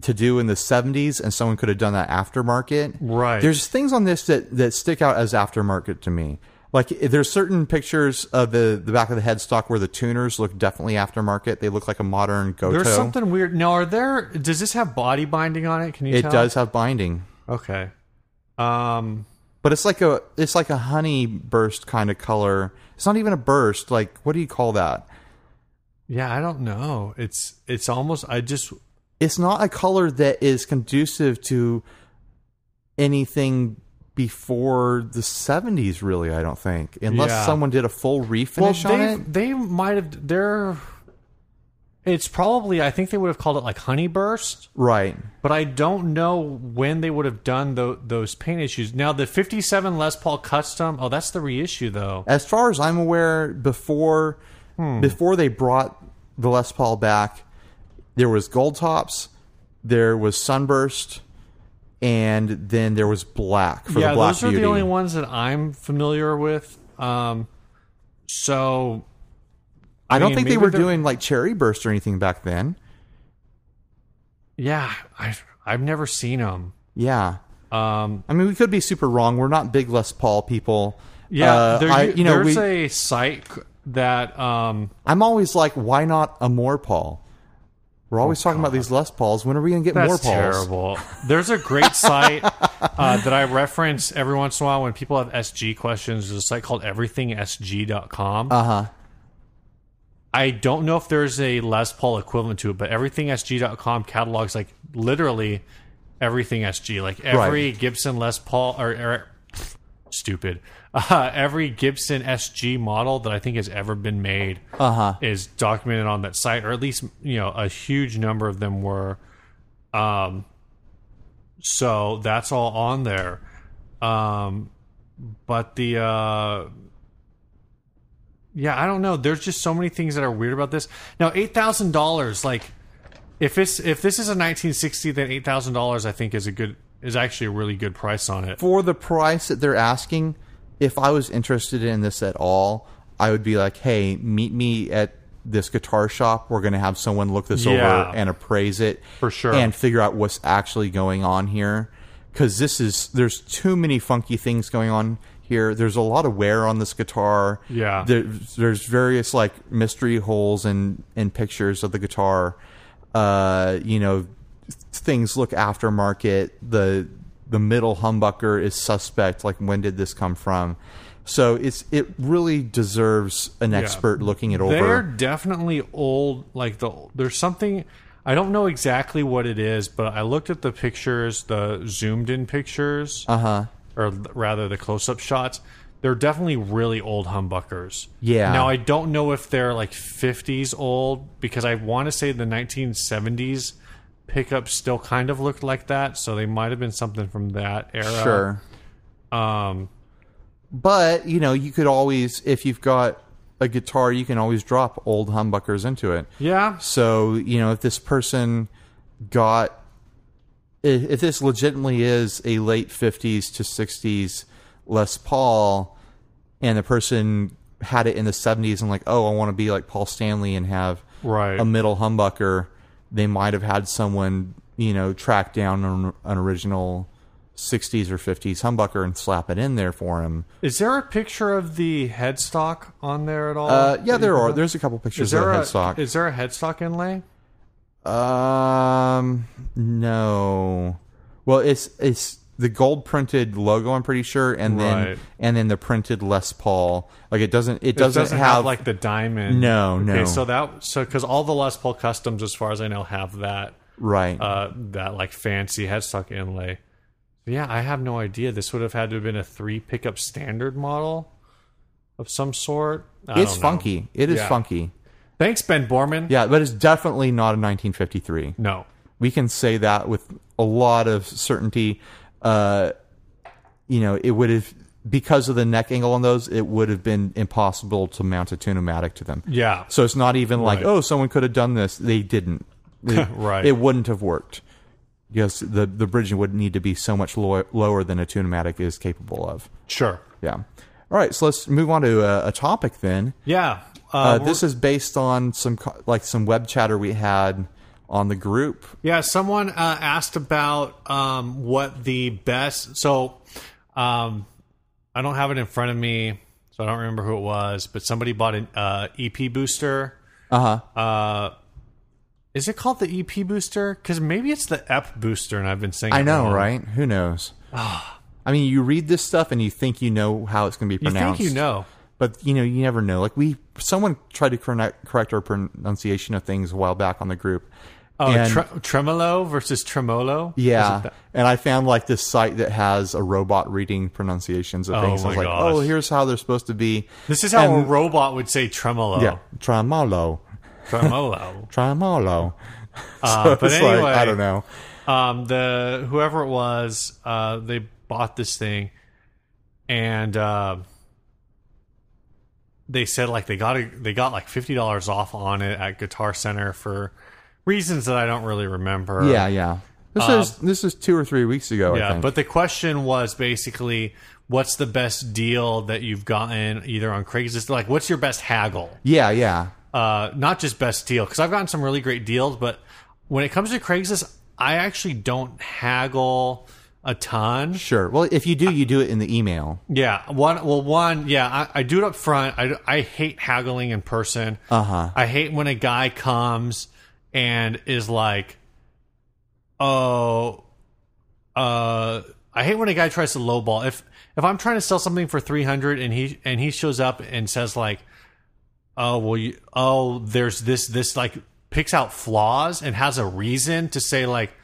S2: to do in the 70s and someone could have done that aftermarket.
S1: Right.
S2: There's things on this that, that stick out as aftermarket to me. Like there's certain pictures of the, the back of the headstock where the tuners look definitely aftermarket. They look like a modern Goto.
S1: There's something weird. Now, are there? Does this have body binding on it? Can you?
S2: it
S1: tell?
S2: does have binding.
S1: Okay. Um.
S2: But it's like a it's like a honey burst kind of color. It's not even a burst. Like what do you call that?
S1: Yeah, I don't know. It's it's almost. I just
S2: It's not a color that is conducive to anything before the 70s really I don't think unless
S1: Yeah.
S2: someone did a full refinish on
S1: they,
S2: it.
S1: They might have. They're. It's probably. I think they would have called it like Honey Burst,
S2: Right.
S1: but I don't know when they would have done tho- those paint issues. Now the '57 Les Paul Custom. Oh, that's the reissue though.
S2: As far as I'm aware before
S1: Hmm.
S2: before they brought the Les Paul back there was gold tops, there was sunburst and then there was black for
S1: yeah,
S2: the black
S1: those are
S2: beauty.
S1: the only ones that I'm familiar with. Um, so
S2: I don't
S1: mean,
S2: think they
S1: maybe
S2: were
S1: they're-
S2: doing like cherry burst or anything back then.
S1: yeah, I I've never seen them.
S2: Yeah.
S1: Um,
S2: I mean, we could be super wrong. We're not big Les Paul people.
S1: yeah,
S2: Uh,
S1: there,
S2: I,
S1: you
S2: you know,
S1: there's
S2: we,
S1: a site that um,
S2: I'm always like, why not a more Paul? We're always talking about these Les Pauls. When are we going to get more
S1: Oh, That's
S2: Pauls?
S1: terrible. There's a great site uh, that I reference every once in a while when people have SG questions. There's a site called everythingsg.com. Uh huh. I don't know if there's a Les Paul equivalent to it, but everythingsg.com catalogs like literally everything SG, like every Gibson Les Paul or, or stupid. (laughs) Uh, every Gibson SG model that I think has ever been made uh is documented on that site, or at least you know a huge number of them were. Um, so that's all on there. Um, but the uh, yeah, I don't know. There's just so many things that are weird about this. Now eight thousand dollars, like if it's if this is a 1960, then eight thousand dollars I think is a good is actually a really good price on it.
S2: For the price that they're asking, if I was interested in this at all, I would be like, hey, meet me at this guitar shop. We're going to have someone look this
S1: Yeah.
S2: over and appraise it.
S1: For sure.
S2: And figure out what's actually going on here because this is there's too many funky things going on here there's a lot of wear on this guitar
S1: Yeah.
S2: there, there's various like mystery holes and and pictures of the guitar uh you know things look aftermarket the the middle humbucker is suspect like when did this come from so it's it really deserves an expert looking it over
S1: They're definitely old. Like the there's something I don't know exactly what it is, but I looked at the pictures, the zoomed in pictures, uh
S2: Uh-huh.
S1: huh, or rather the close up shots. They're definitely really old humbuckers.
S2: Yeah.
S1: Now I don't know if they're like 50s old because I want to say the 1970s pickups still kind of looked like that, so they might have been something from that era.
S2: Sure.
S1: uh, Um,
S2: But, you know, you could always, if you've got a guitar, you can always drop old humbuckers into it.
S1: Yeah.
S2: So, you know, if this person got if if this legitimately is a late 50s to 60s Les Paul and the person had it in the 70s and like, oh, I want to be like Paul Stanley and have
S1: Right.
S2: a middle humbucker, they might have had someone, you know, track down an, an original 60s or 50s humbucker and slap it in there for him.
S1: Is there a picture of the headstock on there at all?
S2: Uh, yeah, there are. There's a couple pictures
S1: Is there
S2: of
S1: a
S2: the headstock.
S1: Is there a headstock inlay?
S2: Um, no. Well, it's it's the gold printed logo. I'm pretty sure, and then
S1: Right.
S2: and then the printed Les Paul. Like it doesn't it doesn't,
S1: it doesn't have, like the diamond.
S2: No,
S1: Okay,
S2: no.
S1: so that so because all the Les Paul customs, as far as I know, have that
S2: right.
S1: uh, that like fancy headstock inlay. Yeah, I have no idea. This would have had to have been a three pickup standard model of some sort. I
S2: it's
S1: don't know.
S2: funky. It is
S1: Yeah.
S2: funky.
S1: Thanks, Ben Borman.
S2: Yeah, but it's definitely not a 1953.
S1: No.
S2: We can say that with a lot of certainty. Uh, you know, it would have because of the neck angle on those, it would have been impossible to mount a tunomatic to them.
S1: Yeah.
S2: So it's not even like,
S1: Right.
S2: oh, someone could have done this. They
S1: (laughs)
S2: didn't. It,
S1: Right.
S2: It wouldn't have worked. Because the, the bridging would need to be so much lo- lower than a tunematic is capable of.
S1: Sure.
S2: Yeah. All right. So let's move on to a, a topic then.
S1: Yeah. Uh,
S2: Uh,
S1: we're-
S2: this is based on some co- like some web chatter we had on the group.
S1: Yeah, someone uh, asked about um, what the best. So, um, I don't have it in front of me, so I don't remember who it was. But somebody bought an uh, EP booster.
S2: Uh huh.
S1: Is it called the EP booster? Because maybe it's the EP booster, and I've been saying.
S2: I
S1: it
S2: know,
S1: wrong.
S2: right? Who knows? I mean, you read this stuff and you think you know how it's going to be
S1: Ah. You
S2: pronounced.
S1: think you know?
S2: but you know you never know like we someone tried to correct, correct our pronunciation of things a while back on the group
S1: Oh,
S2: and,
S1: tre- tremolo versus tremolo. Was it
S2: yeah
S1: that-
S2: and i found like this site that has a robot reading pronunciations of
S1: Oh
S2: things i
S1: my
S2: was like
S1: gosh.
S2: oh here's how they're supposed to be
S1: This is how
S2: And-
S1: a robot would say tremolo.
S2: yeah tramolo
S1: Tremolo.
S2: (laughs) tramolo
S1: Uh,
S2: So
S1: but
S2: it's like,
S1: anyway,
S2: i don't know
S1: um, the whoever it was, uh, they bought this thing, and uh, they said like they got a, they got like fifty dollars off on it at Guitar Center for reasons that I don't really remember.
S2: yeah yeah this is this is two or three weeks ago i
S1: Um, yeah.
S2: think
S1: But the question was basically, what's the best deal that you've gotten either on Craigslist? Like, what's your best haggle?
S2: yeah yeah
S1: uh, not just best deal because I've gotten some really great deals, but when it comes to Craigslist, I actually don't haggle a ton.
S2: sure well if you do you do it in the email
S1: Yeah, one. Well, one. Yeah, I, I do it up front. I, I hate haggling in person. Uh huh. I hate when a guy comes and is like, oh, uh, I hate when a guy tries to lowball. If if I'm trying to sell something for three hundred and he and he shows up and says like, oh well, you, oh there's this this like picks out flaws and has a reason to say like. you-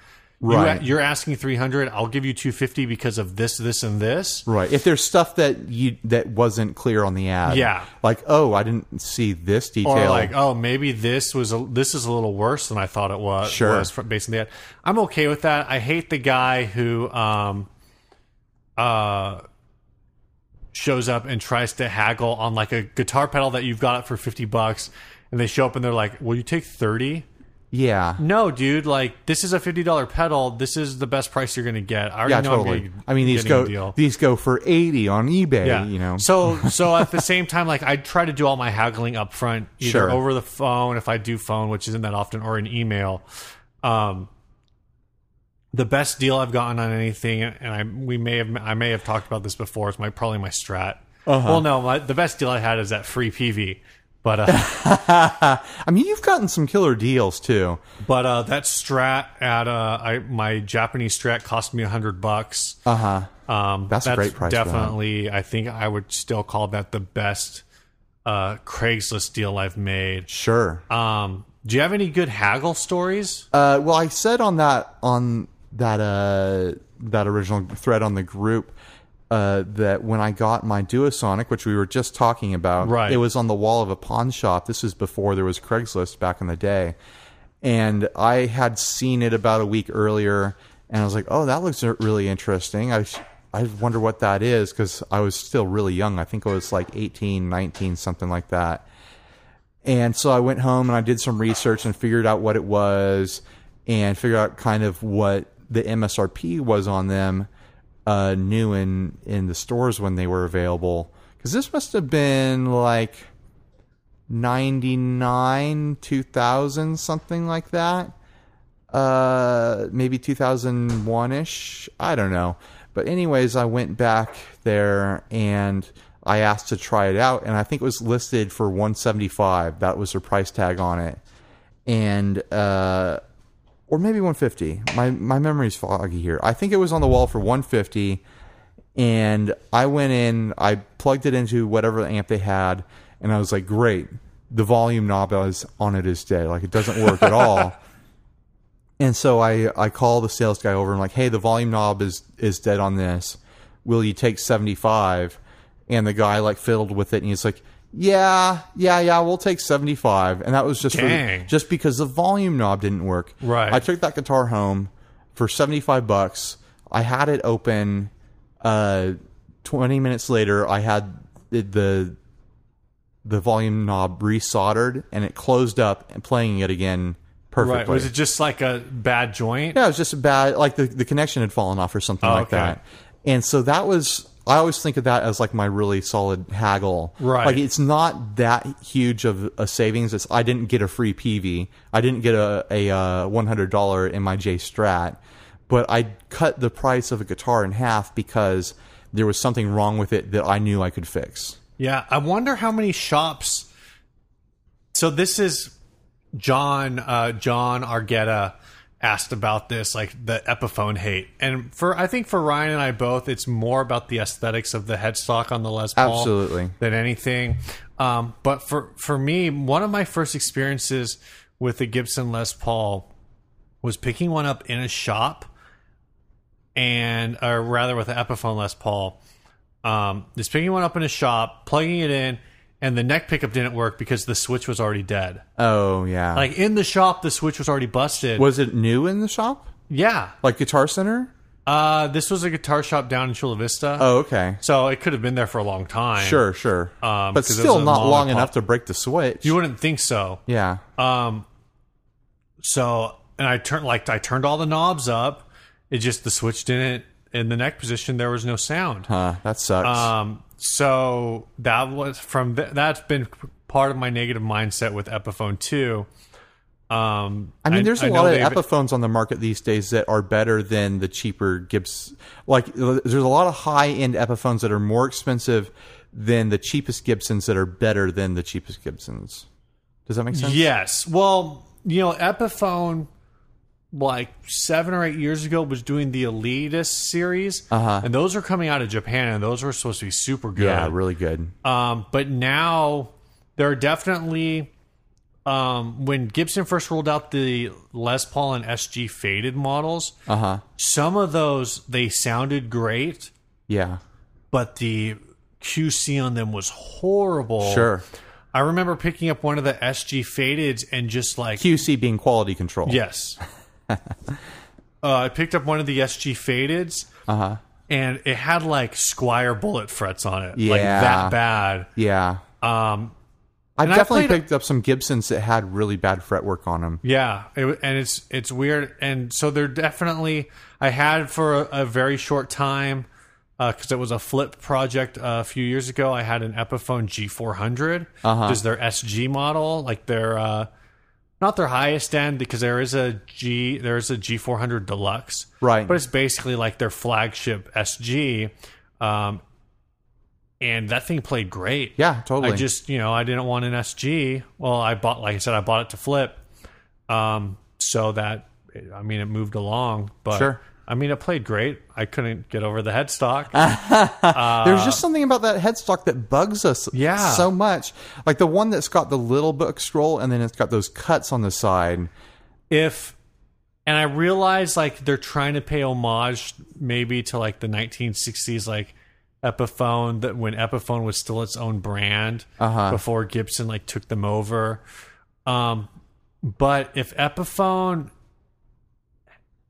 S2: Right.
S1: you're asking 300 i'll give you 250 because of this this and this
S2: Right. If there's stuff that you that wasn't clear on the ad.
S1: Yeah.
S2: Like, oh, I didn't see this detail.
S1: or like oh maybe this was a, this is a little worse than I thought it was.
S2: Sure.
S1: was from, based on the ad. I'm okay with that. I hate the guy who um uh shows up and tries to haggle on like a guitar pedal that you've got it for fifty bucks, and they show up and they're like, "Will you take 30?
S2: yeah.
S1: No, dude. Like this is a fifty dollar pedal. This is the best price you're gonna get. I already
S2: Yeah,
S1: know I'm
S2: totally.
S1: getting-
S2: I mean, these
S1: getting a
S2: go
S1: deal.
S2: these go for eighty on eBay.
S1: Yeah.
S2: You know.
S1: So so at the
S2: (laughs)
S1: same time, like I try to do all my haggling up front, either
S2: Sure.
S1: over the phone if I do phone, which isn't that often, or an email. Um the best deal I've gotten on anything, and I we may have I may have talked about this before. It's my probably my Strat.
S2: Uh-huh.
S1: Well, no, my, the best deal I had is that free PV, but uh,
S2: (laughs) I mean, you've gotten some killer deals too.
S1: but uh, that Strat at uh, I, my Japanese Strat cost me a hundred bucks.
S2: Uh huh.
S1: Um,
S2: That's a great price for that.
S1: Definitely, I think I would still call that the best uh, Craigslist deal I've made.
S2: Sure.
S1: Um, do you have any good haggle stories?
S2: Uh, well, I said on that on that uh, that original thread on the group uh, that when I got my Duosonic, which we were just talking about,
S1: Right.
S2: it was on the wall of a pawn shop. This is before there was Craigslist back in the day, and I had seen it about a week earlier, and I was like, "Oh, that looks really interesting." I sh- I wonder what that is because I was still really young. I think I was like 18, 19, something like that. And so I went home and I did some research and figured out what it was and figured out kind of what the MSRP was on them uh, new in in the stores when they were available. Because this must have been like ninety nine, two thousand, something like that. Uh, maybe two thousand one ish. I don't know. But anyways, I went back there and I asked to try it out, and I think it was listed for one seventy five. That was their price tag on it, and uh or maybe 150. My my memory's foggy here. I think it was on the wall for 150, and I went in. I plugged it into whatever amp they had, and I was like, "Great, the volume knob is on it is dead. Like it doesn't work at all." (laughs) And so I I call the sales guy over. and I'm like, "Hey, the volume knob is is dead on this. Will you take 75?" And the guy like fiddled with it, and he's like. Yeah, yeah, yeah. We'll take seventy-five, and that was just for the-
S1: Dang.
S2: just because the volume knob didn't work.
S1: Right.
S2: I took that guitar home for 75 bucks. I had it open uh 20 minutes later I had the- the the volume knob resoldered and it closed up and playing it again perfectly.
S1: Right. Was it just like a bad joint?
S2: Yeah, it was just a bad. Like the, the connection had fallen off or something like
S1: okay.
S2: that. And so that was. I always think of that as like my really solid haggle.
S1: Right.
S2: Like it's not that huge of a savings. It's I didn't get a free PV. I didn't get a a uh, one hundred dollar in my J Strat, but I cut the price of a guitar in half because there was something wrong with it that I knew I could fix.
S1: Yeah, I wonder how many shops. So this is John uh, John Argetta asked about this, like the Epiphone hate, and for I think for Ryan and I both, it's more about the aesthetics of the headstock on the Les Paul
S2: Absolutely.
S1: than anything. Um, but for for me, one of my first experiences with the Gibson Les Paul was picking one up in a shop, and or rather with an Epiphone Les Paul um, just picking one up in a shop, plugging it in, and the neck pickup didn't work because the switch was already dead.
S2: Oh yeah.
S1: Like in the shop, the switch was already busted.
S2: was it new in the shop?
S1: yeah,
S2: Like Guitar Center?
S1: uh, this was a guitar shop down in Chula Vista,
S2: Oh okay.
S1: so it could have been there for a long time.
S2: Sure, sure.
S1: Um,
S2: but
S1: 'cause it
S2: still
S1: was a
S2: not long
S1: monopop.
S2: enough to break the switch.
S1: you Uh, wouldn't think so.
S2: yeah.
S1: So, and I turned like I turned all the knobs up. It just the switch didn't in the neck position. There was no sound.
S2: Huh, Uh, that sucks.
S1: Um, so that was from th- that's been part of my negative mindset with Epiphone two. Um,
S2: I mean, there's a
S1: a
S2: lot of Epiphones on the market these days that are better than the cheaper Gibson. Like, there's a lot of high end Epiphones that are more expensive than the cheapest Gibsons that are better than the cheapest Gibsons. Does that make sense?
S1: Yes. Well, you know, Epiphone, like seven or eight years ago, was doing the Elitist series, uh-huh. and those are coming out of Japan, and those were supposed to be super good.
S2: Yeah, really good.
S1: Um, but now there are definitely um, when Gibson first rolled out the Les Paul and SG faded models, uh-huh. some of those they sounded great,
S2: Yeah,
S1: but the QC on them was horrible.
S2: sure.
S1: I remember picking up one of the SG fadeds and just like
S2: QC being quality control.
S1: yes. uh, I picked up one of the SG fadeds. Uh-huh. And it had like Squire bullet frets on it. Like
S2: Yeah.
S1: that bad.
S2: Yeah.
S1: Um,
S2: I've
S1: I
S2: definitely
S1: played-
S2: picked up some Gibsons that had really bad fretwork on them.
S1: Yeah, it, w- and it's it's weird, and so they're definitely. I had for a, a very short time because it was a flip project uh, a few years ago. I had an Epiphone G400,
S2: Uh-huh.
S1: uh which is their SG model, like their uh, not their highest end because there is a G there is a G400 Deluxe,
S2: Right.
S1: But it's basically like their flagship SG, um, and that thing played great.
S2: Yeah, totally.
S1: I just, you know, I didn't want an SG. Well, I bought, like I said, I bought it to flip. Um, so that, I mean, it moved along, but
S2: Sure.
S1: I mean, it played great. I couldn't get over the headstock.
S2: There's just something about that headstock that bugs us
S1: Uh, Yeah.
S2: so much. Like the one that's got the little book scroll and then it's got those cuts on the side.
S1: if, and I realize like they're trying to pay homage maybe to like the 1960s, like Epiphone, that when Epiphone was still its own brand before Gibson like took them over. Um, but if Epiphone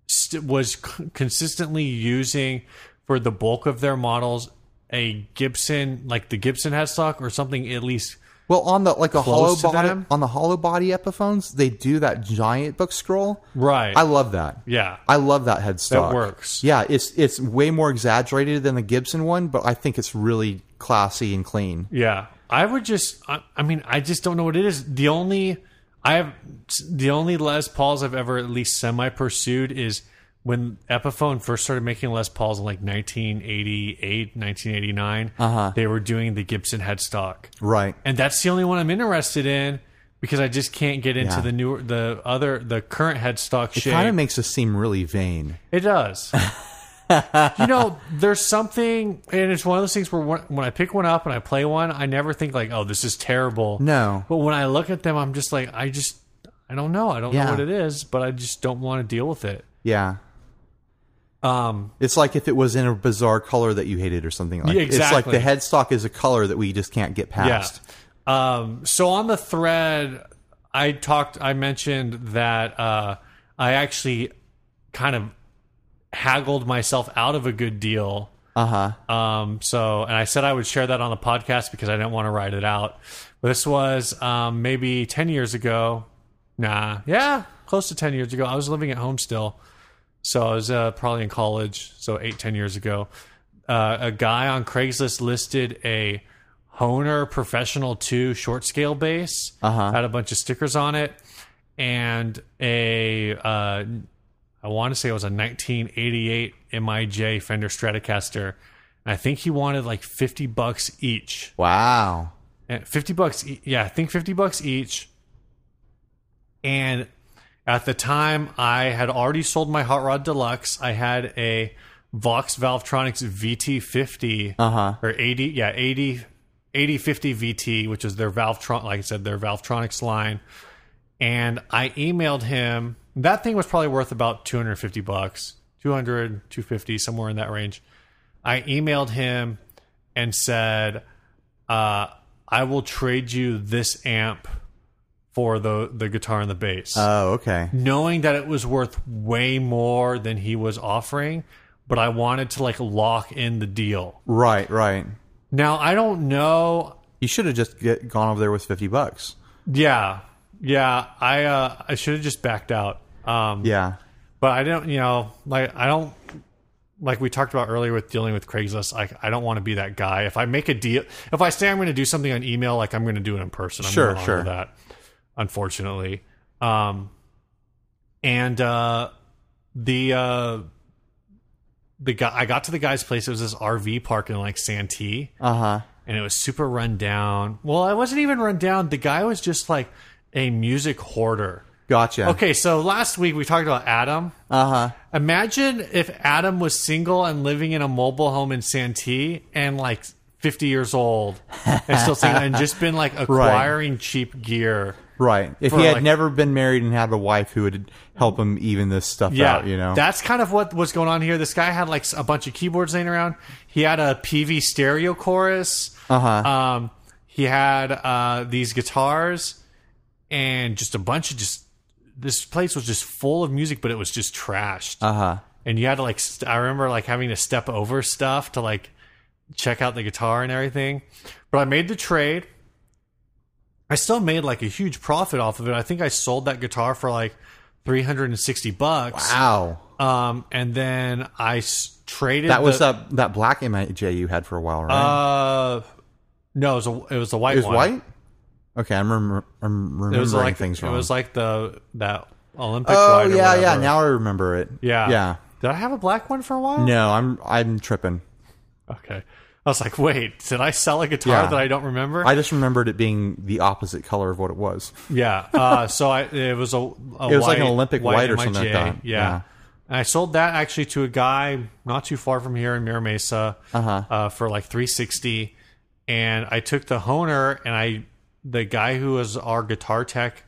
S1: st- was c- consistently using for the bulk of their models a Gibson, like the Gibson headstock or something at least
S2: Well, on the like a hollow
S1: Close to
S2: body
S1: them?
S2: on the hollow body Epiphones, they do that giant book scroll.
S1: Right.
S2: I love that.
S1: Yeah.
S2: I love that headstock.
S1: That works.
S2: Yeah, it's it's way more exaggerated than the Gibson one, but I think it's really classy and clean.
S1: Yeah, I would just. I, I mean, I just don't know what it is. The only I have the only Les Pauls I've ever at least semi pursued is when Epiphone first started making Les Pauls in like 1988, 1989. Uh-huh. They were doing the Gibson headstock,
S2: Right.
S1: and that's the only one I'm interested in because I just can't get into
S2: Yeah.
S1: the newer, the other, the current headstock shape.
S2: Kind of makes us seem really vain.
S1: It does. you know, there's something, and it's one of those things where when, when I pick one up and I play one, I never think like, "Oh, this is terrible."
S2: No.
S1: But when I look at them, I'm just like, I just, I don't know. I don't
S2: Yeah.
S1: know what it is, but I just don't want to deal with it.
S2: Yeah.
S1: Um,
S2: It's like if it was in a bizarre color that you hated or something like
S1: Yeah,
S2: It's like the
S1: exactly.
S2: headstock is a color that we just can't get
S1: yeah.
S2: past.
S1: Um, so on the thread, I talked, I mentioned that uh, I actually kind of haggled myself out of a good deal
S2: Uh-huh.
S1: Um, so, and I said I would share that on the podcast because I didn't want to write it out. But this was um, maybe 10 years ago. Nah, yeah, close to 10 years ago. I was living at home still. So I was uh, probably in college. So eight, 10 years ago. Uh, a guy on Craigslist listed a Honer Professional 2 short scale bass. Uh-huh. Had a bunch of stickers on it. And a uh, I want to say it was a 1988 MIJ Fender Stratocaster. And I think he wanted like 50 bucks each.
S2: Wow.
S1: And 50 bucks, e- yeah, I think 50 bucks each. And at the time, I had already sold my Hot Rod Deluxe. I had a Vox Valvetronics VT50
S2: Uh-huh.
S1: or 80, yeah, 80, 8050 VT, which is their Valvetron, like I said, their Valvetronics line. And I emailed him. That thing was probably worth about 250 bucks, 200, 250, somewhere in that range. I emailed him and said, uh, I will trade you this amp for the, the guitar and the bass
S2: Oh, okay.
S1: knowing that it was worth way more than he was offering, but I wanted to like lock in the deal.
S2: Right, right.
S1: Now, I don't know.
S2: You should have just get, gone over there with 50 bucks.
S1: Yeah. Yeah, I uh I should have just backed out. Um
S2: Yeah.
S1: but I don't, you know, like I don't like we talked about earlier with dealing with Craigslist, I I don't want to be that guy. If I make a deal, if I say I'm going to do something on email, like I'm going to do it in person. I'm
S2: Sure,
S1: gonna honor
S2: sure.
S1: That unfortunately, um, and uh, the uh, the guy I got to the guy's place. It was this RV park in like Santee
S2: Uh-huh.
S1: and it was super run down. Well, I wasn't even run down. The guy was just like a music hoarder.
S2: Gotcha.
S1: Okay, so last week we talked about Adam.
S2: Uh-huh.
S1: Imagine if Adam was single and living in a mobile home in Santee and like 50 years old and still single and just been
S2: (laughs)
S1: like acquiring cheap gear.
S2: Right. If
S1: For,
S2: he had
S1: like-
S2: never been married and had a wife who would help him even this stuff
S1: Yeah,
S2: out, you know.
S1: that's kind of what was going on here. This guy had like a bunch of keyboards laying around. He had a PV stereo chorus.
S2: Uh-huh.
S1: Um, he had uh, these guitars and just a bunch of just. This place was just full of music, but it was just trashed. Uh
S2: uh-huh.
S1: huh. And you had to like, st- I remember like having to step over stuff to like check out the guitar and everything. But I made the trade. I still made like a huge profit off of it. I think I sold that guitar for like 360 bucks.
S2: Wow.
S1: Um, and then I s- traded
S2: That was
S1: the,
S2: that that black MJ you had for a while, right?
S1: uh, no, it was a, it was the white
S2: it was
S1: one.
S2: white? Okay, I'm, remem- I'm remembering
S1: It was like
S2: things wrong.
S1: It was like the that Olympic.
S2: oh,
S1: white or
S2: yeah, yeah,
S1: whatever.
S2: now I remember it.
S1: yeah,
S2: Yeah.
S1: Did I have a black one for a while?
S2: No, I'm I'm tripping.
S1: Okay, I was like, wait, did I sell a guitar
S2: Yeah.
S1: that I don't remember?
S2: I just remembered it being the opposite color of what it was.
S1: Yeah. Uh, so I it was a, a
S2: (laughs) It was like an Olympic white or
S1: MIJ.
S2: something like that.
S1: Yeah.
S2: Yeah.
S1: And I sold that actually to a guy not too far from here in Mira Mesa
S2: Uh-huh.
S1: uh for like 360 and I took the Honer and I the guy who was our guitar tech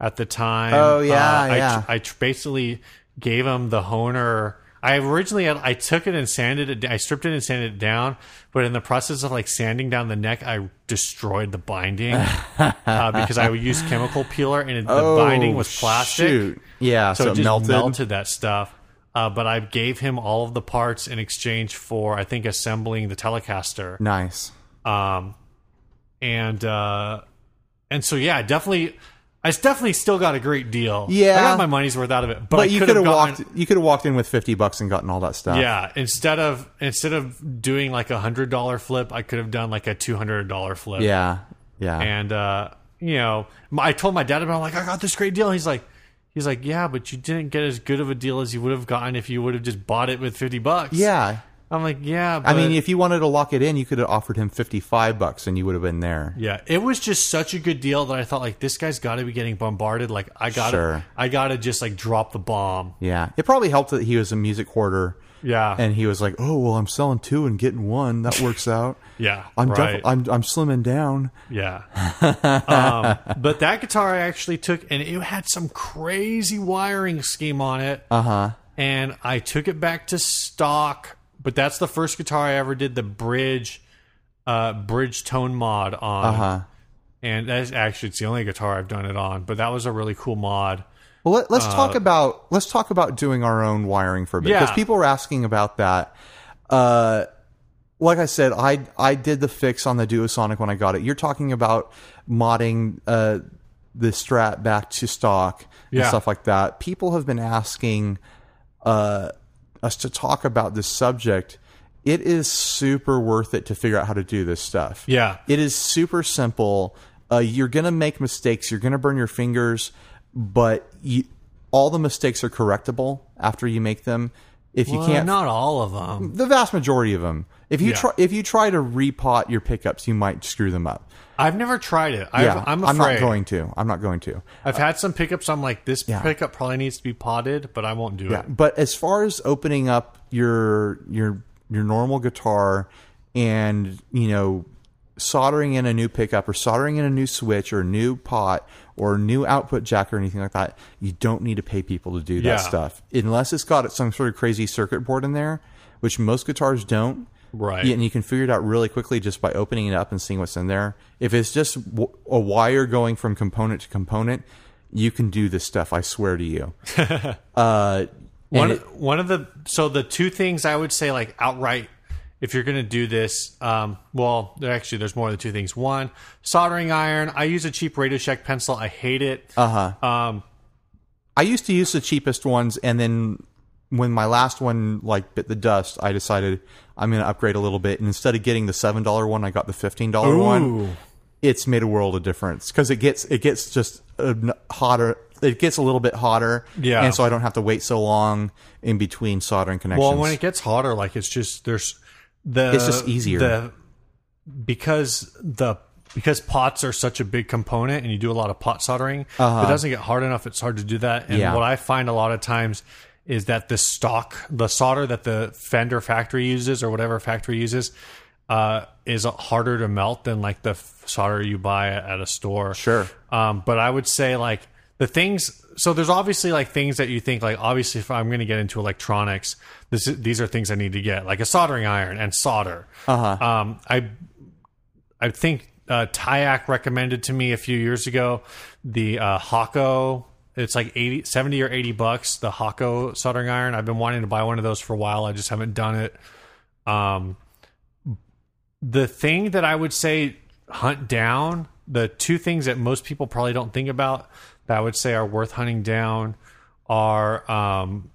S1: at the time uh,
S2: Oh, yeah,
S1: I tr-
S2: yeah.
S1: I tr- basically gave him the Honer I originally had, I took it and sanded it. I stripped it and sanded it down, but in the process of like sanding down the neck, I destroyed the
S2: (laughs)
S1: binding uh, because I would use chemical peeler and it, the binding was plastic,
S2: Oh, Shoot. Yeah, so,
S1: so, it
S2: it
S1: just
S2: melted.
S1: melted. that stuff. Uh, but I gave him all of the parts in exchange for, I think, assembling the Telecaster.
S2: Nice.
S1: Um, and uh, And so yeah, definitely. I definitely still got a great deal.
S2: Yeah.
S1: I got my money's worth out of it. But, I
S2: But you
S1: could
S2: could have
S1: gotten-
S2: walked. You could have walked in with fifty bucks and gotten all that stuff.
S1: Yeah, instead of instead of doing like a hundred dollar flip, I could have done like a two hundred dollar flip.
S2: yeah, yeah.
S1: and uh, you know, my- I told my dad about. it. I'm like, I got this great deal. He's like, he's like, yeah, but you didn't get as good of a deal as you would have gotten if you would have just bought it with fifty bucks.
S2: yeah.
S1: I'm like, yeah. But,
S2: I mean, if you wanted to lock it in, you could have offered him fifty-five bucks, and you would have been there.
S1: yeah, it was just such a good deal that I thought like this guy's got to be getting bombarded. Like I gotta,
S2: Sure.
S1: I gotta just like drop the bomb.
S2: Yeah, it probably helped that he was a music hoarder.
S1: Yeah.
S2: and he was like, "Oh well, I'm selling two and getting one. That works out.
S1: (laughs) Yeah,
S2: I'm def-
S1: right.
S2: I'm I'm slimming down. (laughs)
S1: Yeah. um, but that guitar I actually took, and it had some crazy wiring scheme on it. Uh
S2: Uh-huh.
S1: huh. And I took it back to stock, but that's the first guitar I ever did the bridge, uh, bridge tone mod on. Uh
S2: Uh-huh.
S1: huh. And that's actually it's the only guitar I've done it on, but that was a really cool mod.
S2: Well, let, let's talk about let's talk about doing our own wiring for a bit
S1: Uh, Yeah.
S2: because people were asking about that. Uh, like I said, I I did the fix on the Duosonic when I got it. You're talking about modding uh, the Strat back to stock and
S1: Yeah.
S2: stuff like that. People have been asking uh, us to talk about this subject. It is super worth it to figure out how to do this stuff.
S1: Yeah.
S2: It is super simple. Uh, you're going to make mistakes. You're going to burn your fingers, but you, all the mistakes are correctable after you make them. If you
S1: Well,
S2: can't,
S1: Uh, not all of them.
S2: the vast majority of them. If you
S1: Yeah.
S2: try, if you try to repot your pickups, you might screw them up.
S1: I've never tried it. I've,
S2: Yeah,
S1: I'm afraid.
S2: not going to. I'm not going to.
S1: I've had some pickups. I'm like, this pickup probably needs to be potted, but I won't do it.
S2: But as far as opening up your your your normal guitar and you know soldering in a new pickup or soldering in a new switch or a new pot or a new output jack or anything like that, you don't need to pay people to do that
S1: Yeah.
S2: stuff unless it's got some sort of crazy circuit board in there, which most guitars don't.
S1: Right.
S2: Yeah, and you can figure it out really quickly just by opening it up and seeing what's in there. If it's just w- a wire going from component to component, you can do this stuff. I swear to you. uh,
S1: One,
S2: and it-
S1: one of the so the two things I would say like outright if you're going to do this, um, well, there- actually, there's more than two things. One, soldering iron. I use a cheap Radio Shack pencil. I hate it.
S2: Uh-huh. I used to use the cheapest ones, and then when my last one like bit the dust, I decided I'm going to upgrade a little bit. And instead of getting the seven dollar one, I got the fifteen dollar
S1: Ooh.
S2: one. It's made a world of difference because it gets it gets just uh, n- hotter. It gets a little bit hotter,
S1: Yeah.
S2: and so I don't have to wait so long in between soldering connections.
S1: well, when it gets hotter, like it's just there's the
S2: It's just easier.
S1: the, because the because pots are such a big component and you do a lot of pot soldering. If it doesn't get hard enough. It's hard to do that. And
S2: Uh-huh. Yeah.
S1: what I find a lot of times is that the stock, the solder that the Fender factory uses or whatever factory uses, uh, is harder to melt than like the f- solder you buy at a store.
S2: Sure.
S1: Um, but I would say like the things. So there's obviously like things that you think like obviously if I'm going to get into electronics, this is, these are things I need to get like a soldering iron and solder. Uh-huh. Um, I I think uh, Tyac recommended to me a few years ago the uh, Hako. It's like 80, 70 or 80 bucks, the Hako soldering iron. I've been wanting to buy one of those for a while. I just haven't done it. Um, the thing that I would say hunt down, the two things that most people probably don't think about that I would say are worth hunting down are um,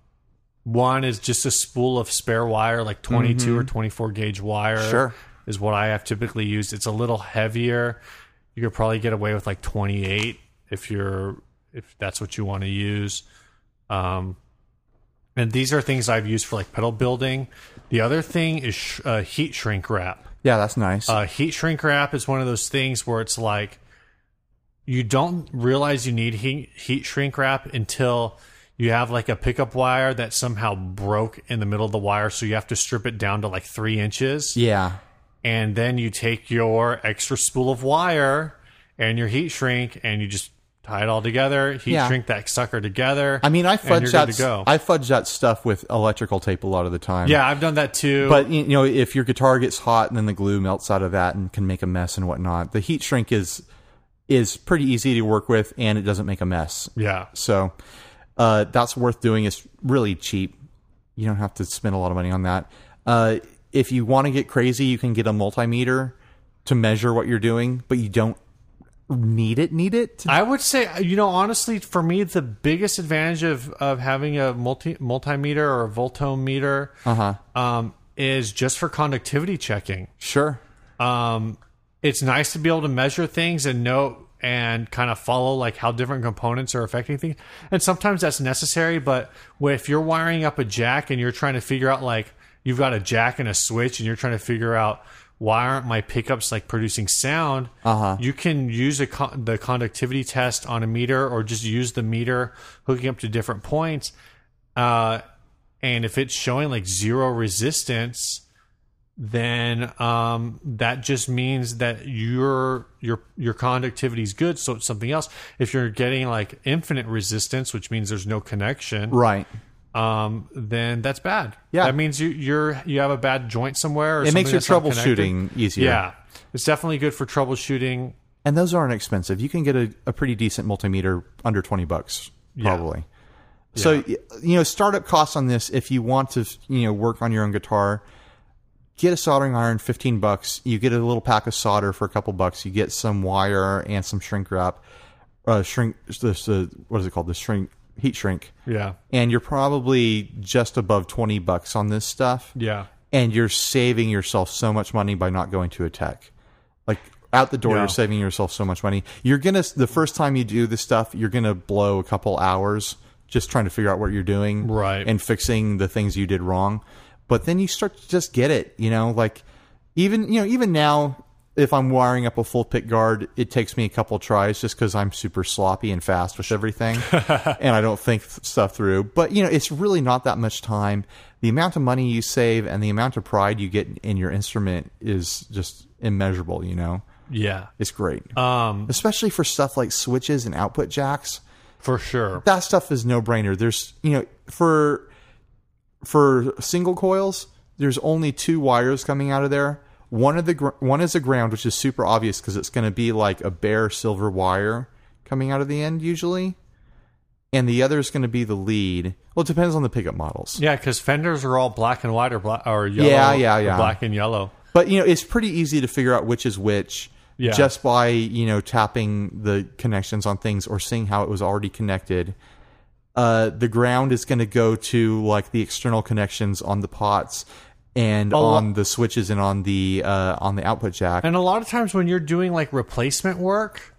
S1: one is just a spool of spare wire, like 22 or 24 gauge wire.
S2: Sure.
S1: Is what I have typically used. It's a little heavier. You could probably get away with like 28 if you're if that's what you want to use. Um, and these are things I've used for like pedal building. The other thing is sh- uh, heat shrink wrap.
S2: yeah, that's nice.
S1: Uh, heat shrink wrap is one of those things where it's like you don't realize you need heat, heat shrink wrap until you have like a pickup wire that somehow broke in the middle of the wire, so you have to strip it down to like three inches,
S2: yeah,
S1: and then you take your extra spool of wire and your heat shrink, and you just tie it all together, heat
S2: Yeah.
S1: shrink that sucker together.
S2: I mean, I
S1: and you're
S2: fudge
S1: good
S2: that.
S1: to go.
S2: I fudge that stuff with electrical tape a lot of the time.
S1: yeah, I've done that too.
S2: But you know, if your guitar gets hot and then the glue melts out of that and can make a mess and whatnot, the heat shrink is is pretty easy to work with and it doesn't make a mess.
S1: yeah,
S2: So uh, that's worth doing. It's really cheap. You don't have to spend a lot of money on that. Uh, if you want to get crazy, you can get a multimeter to measure what you're doing, but you don't need it, need it. To,
S1: I would say, uh, you know, honestly, for me, the biggest advantage of, of having a multi multimeter or a voltometer um, is just for conductivity checking.
S2: sure.
S1: Um, it's nice to be able to measure things and know and kind of follow like how different components are affecting things. And sometimes that's necessary, but if you're wiring up a jack and you're trying to figure out like you've got a jack and a switch and you're trying to figure out why aren't my pickups like producing sound? Uh-huh. You can use a con- the conductivity test on a meter or just use the meter hooking up to different points. Uh, and if it's showing like zero resistance, then um, that just means that your your your conductivity is good. So it's something else. If you're getting like infinite resistance, which means there's no connection,
S2: Right.
S1: um, then that's bad.
S2: Yeah.
S1: that means you you're you have a bad joint somewhere. Or
S2: It
S1: something
S2: makes your
S1: that's not connected.
S2: troubleshooting easier.
S1: Yeah, it's definitely good for troubleshooting.
S2: And those aren't expensive. You can get a, a pretty decent multimeter under 20 bucks, probably. So, y- you know, startup costs on this, if you want to, you know, work on your own guitar, get a soldering iron, 15 bucks. You get a little pack of solder for a couple bucks. You get some wire and some shrink wrap, uh, shrink, this, uh, what is it called? The shrink, heat shrink.
S1: Yeah,
S2: And you're probably just above 20 bucks on this stuff
S1: yeah,
S2: and you're saving yourself so much money by not going to a tech. Like out the door,
S1: Yeah.
S2: you're saving yourself so much money. You're gonna the first time you do this stuff, you're gonna blow a couple hours just trying to figure out what you're doing,
S1: Right.
S2: and fixing the things you did wrong. But then you start to just get it, you know, like even you know even now. If I'm wiring up a full pick guard, it takes me a couple tries just because I'm super sloppy and fast with everything, and I don't think th- stuff through. But you know, it's really not that much time. The amount of money you save and the amount of pride you get in your instrument is just immeasurable. You know,
S1: yeah,
S2: it's great,
S1: Uh,
S2: um, especially for stuff like switches and output jacks
S1: for sure.
S2: that stuff is no brainer. There's you know for for single coils, there's only two wires coming out of there. One of the gr- one is a ground, which is super obvious because it's going to be like a bare silver wire coming out of the end usually, and the other is going to be the lead. Well, it depends on the pickup models.
S1: Yeah, because fenders are all black and white or black or yellow.
S2: Yeah, yeah,
S1: or
S2: yeah.
S1: Black and yellow.
S2: But you know, it's pretty easy to figure out which is which
S1: Yeah.
S2: just by you know tapping the connections on things or seeing how it was already connected. Uh, the ground is going to go to like the external connections on the pots and
S1: lo-
S2: on the switches and on the uh, on the output jack.
S1: And a lot of times when you're doing like replacement work,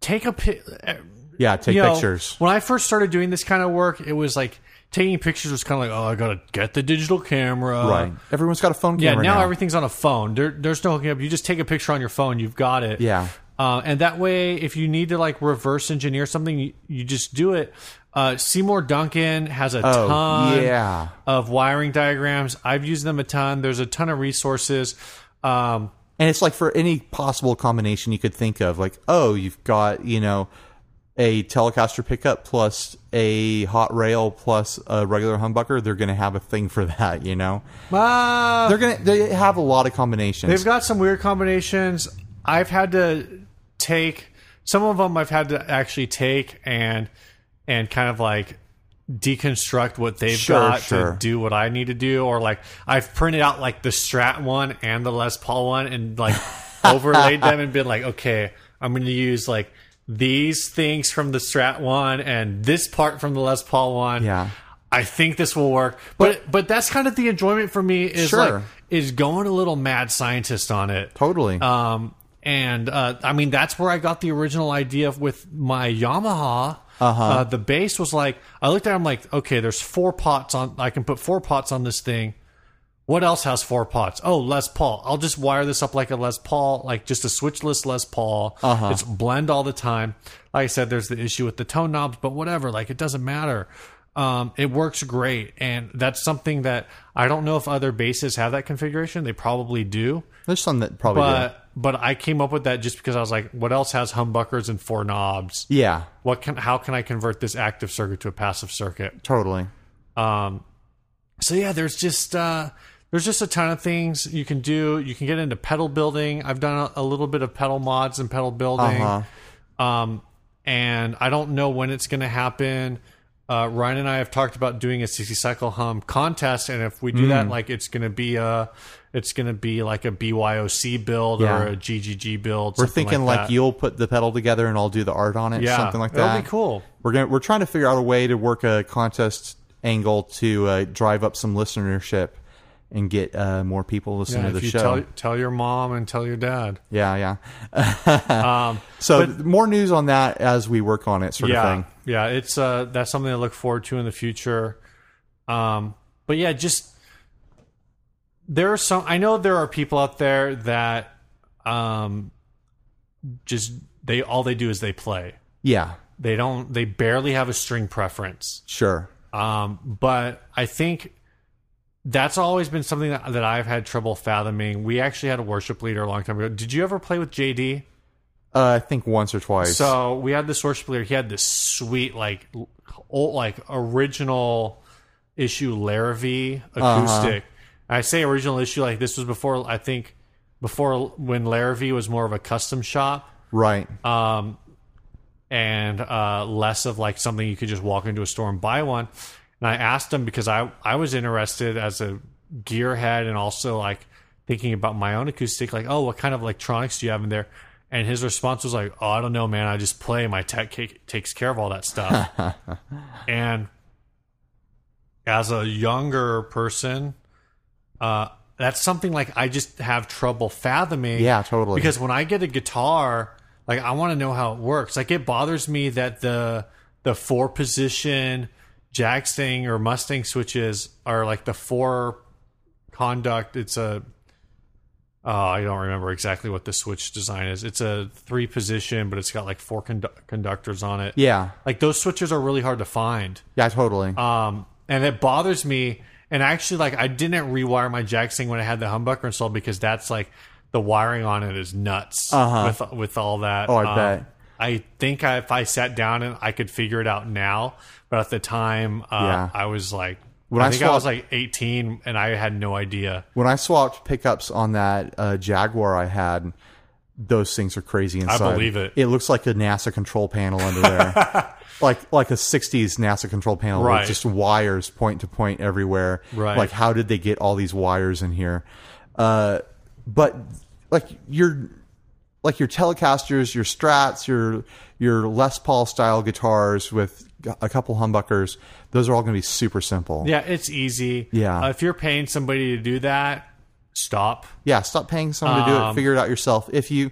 S1: take a pi- eh,
S2: yeah, take
S1: you know,
S2: pictures.
S1: When I first started doing this kind of work, it was like taking pictures was kind of like, oh, I gotta get the digital camera.
S2: right. Everyone's got a phone
S1: uh, Yeah.
S2: camera
S1: now,
S2: now.
S1: everything's on a phone. There, there's no hooking up. You just take a picture on your phone. You've got it.
S2: Yeah.
S1: Uh, and that way, if you need to like reverse engineer something, you, you just do it. Uh, Seymour Duncan has a
S2: Oh,
S1: ton
S2: yeah.
S1: of wiring diagrams. I've used them a ton. There's a ton of resources. Um,
S2: And it's like for any possible combination you could think of, like, oh, you've got, you know, a Telecaster pickup plus a Hot Rail plus a regular humbucker, they're going to have a thing for (laughs) that, you know?
S1: ah,
S2: They're going to they have a lot of combinations.
S1: They've got some weird combinations. I've had to take some of them. I've had to actually take and and kind of like deconstruct what they've
S2: Sure,
S1: got
S2: sure.
S1: to do what I need to do, or like I've printed out like the Strat one and the Les Paul one and
S2: (laughs)
S1: like overlaid them and been like, okay, I'm going to use like these things from the Strat one and this part from the Les Paul one.
S2: Yeah.
S1: I think this will work, but but, that's kind of the enjoyment for me is
S2: Sure.
S1: like is going a little mad scientist on it.
S2: totally.
S1: Um, and uh, I mean, that's where I got the original idea with my Yamaha. Uh-huh. the bass was like, I looked at it, I'm like, okay, there's four pots on, I can put four pots on this thing. What else has four pots? Oh, Les Paul. I'll just wire this up like a Les Paul, like just a switchless Les Paul. Uh-huh. It's blend all the time. Like I said, there's the issue with the tone knobs, but whatever. Like it doesn't matter. Um, it works great, and that's something that I don't know if other basses have that configuration. They probably do
S2: There's some that probably
S1: but Uh, but I came up with that just because I was like, what else has humbuckers and four knobs?
S2: do. Yeah,
S1: What can how can I convert this active circuit to a passive circuit?
S2: totally.
S1: So yeah, there's just uh, there's just a ton of things you can do. You can get into pedal building. I've done a, a little bit of pedal mods
S2: Uh-huh.
S1: and pedal building. Um, and I don't know when it's going to happen. uh, Ryan and I have talked about doing a 60 cycle hum contest, and if we do
S2: Mm.
S1: that, like it's gonna be a, it's gonna be like a BYOC build
S2: Yeah.
S1: or a GGG build.
S2: We're
S1: something
S2: thinking like,
S1: that.
S2: you'll put the pedal together and I'll do the art on it,
S1: Yeah,
S2: something like that.
S1: that'll be cool.
S2: We're gonna, we're trying to figure out a way to work a contest angle to uh, drive up some listenership and get uh, more people listening
S1: Yeah,
S2: to
S1: if
S2: the
S1: you
S2: show.
S1: tell tell your mom and tell your dad.
S2: yeah, yeah. (laughs)
S1: Um,
S2: so more news on that as we work on it, sort
S1: yeah,
S2: of thing.
S1: yeah, it's uh, that's something to look forward to in the future. Um, but yeah, just there are some. I know there are people out there that um, just they all they do is they play.
S2: Yeah,
S1: They don't. They barely have a string preference.
S2: sure.
S1: Um, but I think that's always been something that, that I've had trouble fathoming. We actually had a worship leader a long time ago. Did you ever play with JD?
S2: Uh, I think once or twice.
S1: So we had this worship leader. He had this sweet, like, l- old, like original issue Larrivee acoustic. I say original issue, like this was before I think before when Larrivee was more of a custom shop
S2: right.
S1: uh, and uh, less of like something you could just walk into a store and buy one. And I asked him because I I was interested as a gearhead and also like thinking about my own acoustic, like oh, what kind of electronics do you have in there? And his response was like, oh, I don't know, man. I just play. My tech ca- takes care of all that
S2: (laughs)
S1: stuff. and as a younger person, uh, that's something like I just have trouble fathoming.
S2: Yeah, totally.
S1: Because when I get a guitar, like I want to know how it works. Like it bothers me that the the four position Jackstang or Mustang switches are like the four conduct. It's a oh, I don't remember exactly what the switch design is. It's a three position, but it's got like four condu- conductors on it.
S2: yeah,
S1: Like those switches are really hard to find.
S2: yeah, totally.
S1: Um, and it bothers me. And actually, like I didn't rewire my Jackson when I had the humbucker installed because that's like the wiring on it is nuts with with all that.
S2: Uh-huh.
S1: Um,
S2: Oh, I bet.
S1: I think I, if I sat down and I could figure it out now, but at the time, uh,
S2: Yeah.
S1: I was like,
S2: When
S1: I,
S2: I
S1: think I
S2: saw-
S1: was like 18 and I had no idea.
S2: when I swapped pickups on that uh, Jaguar I had, those things are crazy inside.
S1: believe it.
S2: It looks like a NASA control panel
S1: (laughs)
S2: under there, like like a '60s NASA control panel
S1: Right.
S2: with just wires point to point everywhere.
S1: Right.
S2: Like, how did they get all these wires in here? Uh, but like your like your Telecasters, your Strats, your your Les Paul style guitars with a couple humbuckers, those are all going to be super simple.
S1: Yeah, it's easy.
S2: Yeah.
S1: Uh, if you're paying somebody to do that, stop.
S2: Yeah, stop paying someone to do
S1: Um,
S2: it. Figure it out yourself. If you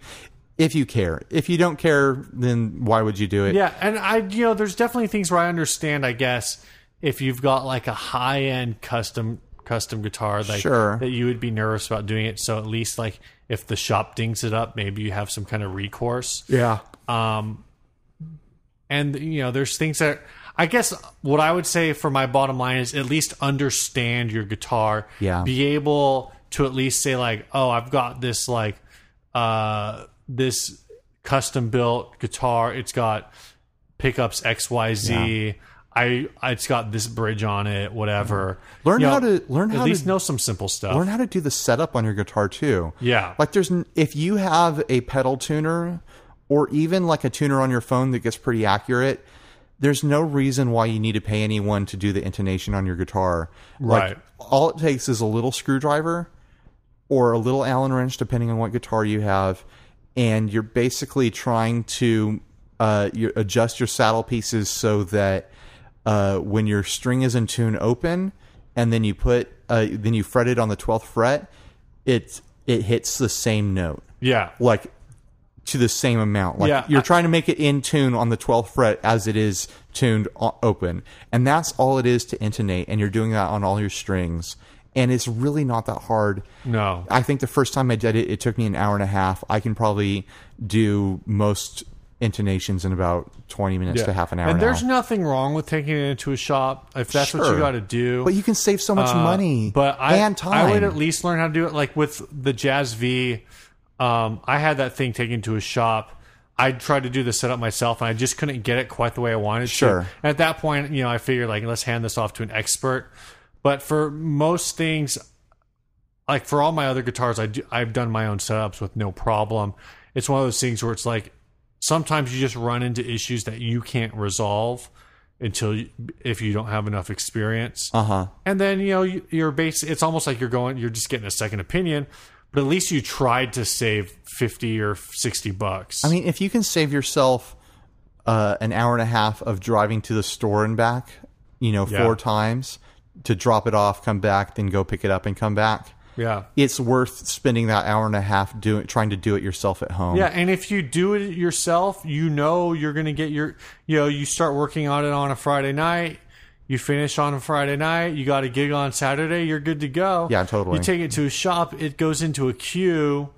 S2: if you care. If you don't care, then why would you do it?
S1: Yeah, and I you know, there's definitely things where I understand, I guess, if you've got like a high end custom custom guitar like
S2: Sure.
S1: that you would be nervous about doing it. So at least like if the shop dings it up, maybe you have some kind of recourse.
S2: Yeah.
S1: And you know, there's things that I guess what I would say for my bottom line is at least understand your guitar.
S2: Yeah.
S1: Be able to at least say like, oh, I've got this like uh this custom built guitar. It's got pickups XYZ. I it's got this bridge on it, whatever.
S2: Learn
S1: You know,
S2: how to learn
S1: at
S2: how
S1: least
S2: to
S1: know some simple stuff.
S2: learn how to do the setup on your guitar too.
S1: yeah.
S2: Like there's n- if you have a pedal tuner or even like a tuner on your phone that gets pretty accurate, there's no reason why you need to pay anyone to do the intonation on your guitar.
S1: Right.
S2: Like all it takes is a little screwdriver or a little Allen wrench depending on what guitar you have and you're basically trying to uh, you adjust your saddle pieces so that uh, when your string is in tune open and then you put uh, then you fret it on the 12th fret it it hits the same note
S1: yeah.
S2: like to the same amount like
S1: Yeah,
S2: you're
S1: I-
S2: trying to make it in tune on the 12th fret as it is tuned o- open and that's all it is to intonate and you're doing that on all your strings and it's really not that hard
S1: No.
S2: I think the first time I did it, it took me an hour and a half. I can probably do most intonations in about 20 minutes to half an hour
S1: And
S2: now.
S1: there's nothing wrong with taking it into a shop if that's what you
S2: Sure.
S1: got to do.
S2: but you can save so much money
S1: Uh, but I,
S2: and time.
S1: I would at least learn how to do it. Like with the Jazz V, um, I had that thing taken to a shop. I tried to do the setup myself, and I just couldn't get it quite the way I wanted
S2: Sure.
S1: to. And at that point, you know, I figured like let's hand this off to an expert. But for most things, like for all my other guitars, I do, I've done my own setups with no problem. It's one of those things where it's like sometimes you just run into issues that you can't resolve until you, if you don't have enough experience.
S2: Uh huh.
S1: And then you know you- you're base. It's almost like you're going. You're just getting a second opinion, but at least you tried to save fifty or sixty bucks.
S2: I mean, if you can save yourself uh, an hour and a half of driving to the store and back, you know,
S1: Yeah.
S2: four times to drop it off, come back, then go pick it up and come back,
S1: yeah,
S2: it's worth spending that hour and a half doing trying to do it yourself at home.
S1: yeah. And if you do it yourself, you know you're going to get your. You know, you start working on it on a Friday night. You finish on a Friday night. You got a gig on Saturday. You're good to go.
S2: Yeah, totally.
S1: You take it to a shop. It goes into a queue.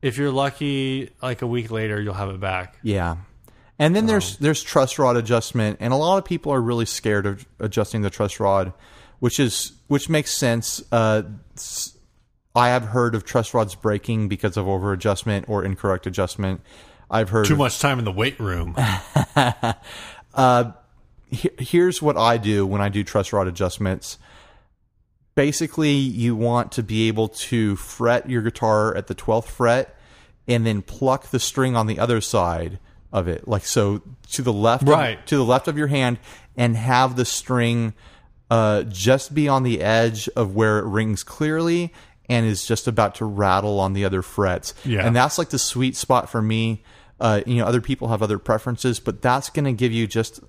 S1: If you're lucky, like a week later, you'll have it back.
S2: Yeah. And then there's there's truss rod adjustment, and a lot of people are really scared of adjusting the truss rod, which is which makes sense. Uh, s- I have heard of truss rods breaking because of over adjustment or incorrect adjustment. I've heard
S1: Too
S2: of-
S1: much time in the weight room.
S2: he- here's what I do when I do truss rod adjustments. Basically, you want to be able to fret your guitar at the 12th fret and then pluck the string on the other side of it. Like so to the left
S1: Right.
S2: to the left of your hand and have the string uh, just be on the edge of where it rings clearly and is just about to rattle on the other frets.
S1: Yeah.
S2: And that's like the sweet spot for me. Uh, you know, other people have other preferences, but that's going to give you just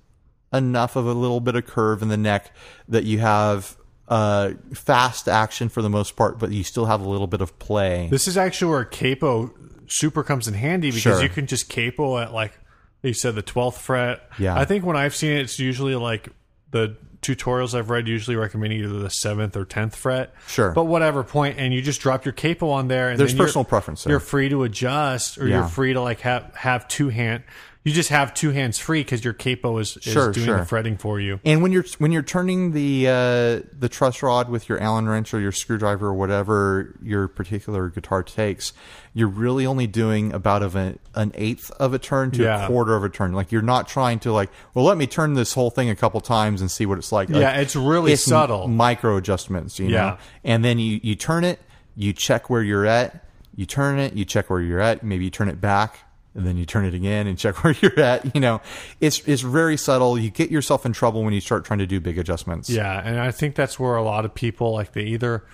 S2: enough of a little bit of curve in the neck that you have uh, fast action for the most part, but you still have a little bit of play.
S1: This is actually where capo super comes in handy because
S2: Sure.
S1: you can just capo at like you said the twelfth fret.
S2: Yeah.
S1: I think when I've seen it, it's usually like the tutorials I've read usually recommend either the seventh or tenth fret.
S2: Sure.
S1: But whatever point, and you just drop your capo on there. And
S2: There's
S1: then you're-
S2: personal preference there.
S1: You're free to adjust, or
S2: Yeah.
S1: you're free to like have have two hand. You just have two hands free because your capo is, is
S2: Sure,
S1: doing
S2: sure.
S1: the fretting for you.
S2: And when you're when you're turning the uh, the truss rod with your Allen wrench or your screwdriver or whatever your particular guitar takes, you're really only doing about of a, an eighth of a turn to a
S1: Yeah.
S2: quarter of a turn. Like you're not trying to like, well, let me turn this whole thing a couple times and see what it's like.
S1: Yeah,
S2: Like,
S1: it's really subtle.
S2: micro adjustments, you know.
S1: Yeah.
S2: And then you you turn it, you check where you're at, you turn it, you check where you're at, maybe you turn it back, and then you turn it again and (laughs) check where you're at, you know. It's it's very subtle. You get yourself in trouble when you start trying to do big adjustments.
S1: Yeah, and I think that's where a lot of people like they either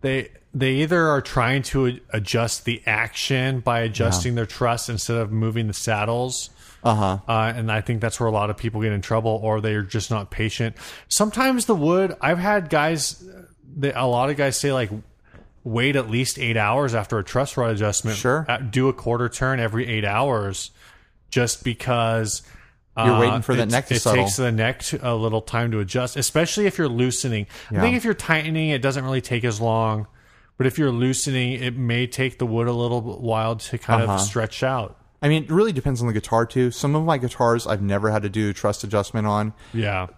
S1: they they either are trying to a- adjust the action by adjusting their truss instead of moving the saddles. Uh-huh. and I think that's where a lot of people get in trouble or they're just not patient. Sometimes the wood, I've had guys they, a lot of guys say like wait at least 8 hours after a truss rod adjustment.
S2: Sure.
S1: Uh, Do a quarter turn every 8 hours just because uh,
S2: You're waiting for that
S1: it's-
S2: neck to
S1: it
S2: settle.
S1: takes the neck to, a little time to adjust, especially if you're loosening. I think if you're tightening, it doesn't really take as long, but if you're loosening, it may take the wood a little while to kind of stretch out.
S2: I mean, it really depends on the guitar too. Some of my guitars I've never had to do truss adjustment on.
S1: Yeah,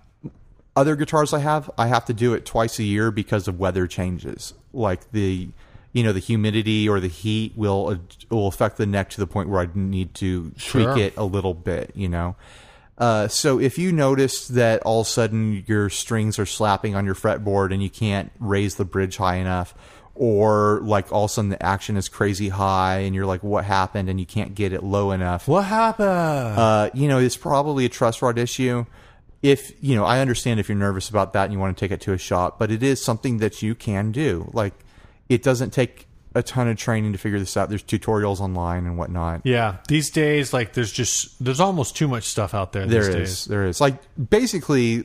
S2: other guitars I have, I have to do it twice a year because of weather changes. Like the, you know, the humidity or the heat will uh, will affect the neck to the point where I need to
S1: Sure.
S2: tweak it a little bit. You know, uh, so if you notice that all of a sudden your strings are slapping on your fretboard and you can't raise the bridge high enough. Or like all of a sudden the action is crazy high and you're like, what happened? And you can't get it low enough
S1: what happened?
S2: uh, you know, it's probably a truss rod issue. If you know, I understand if you're nervous about that and you want to take it to a shop, but it is something that you can do. Like, it doesn't take a ton of training to figure this out. There's tutorials online and whatnot.
S1: yeah, these days, like there's just there's almost too much stuff out there.
S2: There
S1: these
S2: is,
S1: days.
S2: there is. Like, basically,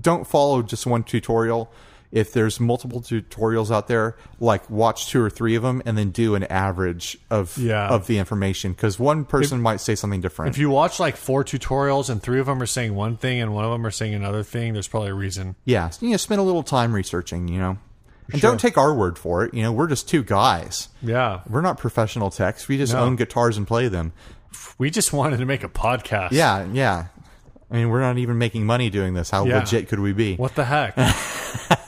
S2: don't follow just one tutorial. If there's multiple tutorials out there, like watch two or three of them and then do an average of
S1: Yeah.
S2: of the information because one person might say something different.
S1: If you watch like four tutorials and three of them are saying one thing and one of them are saying another thing, there's probably a reason.
S2: yeah, you know, spend a little time researching, you know, and don't take our word for it. You know, we're just two guys.
S1: Yeah,
S2: We're not professional techs. We just own guitars and play them.
S1: we just (laughs) wanted to make a podcast.
S2: Yeah, yeah. I mean, we're not even making money doing this. How
S1: Yeah.
S2: legit could we be?
S1: What the heck?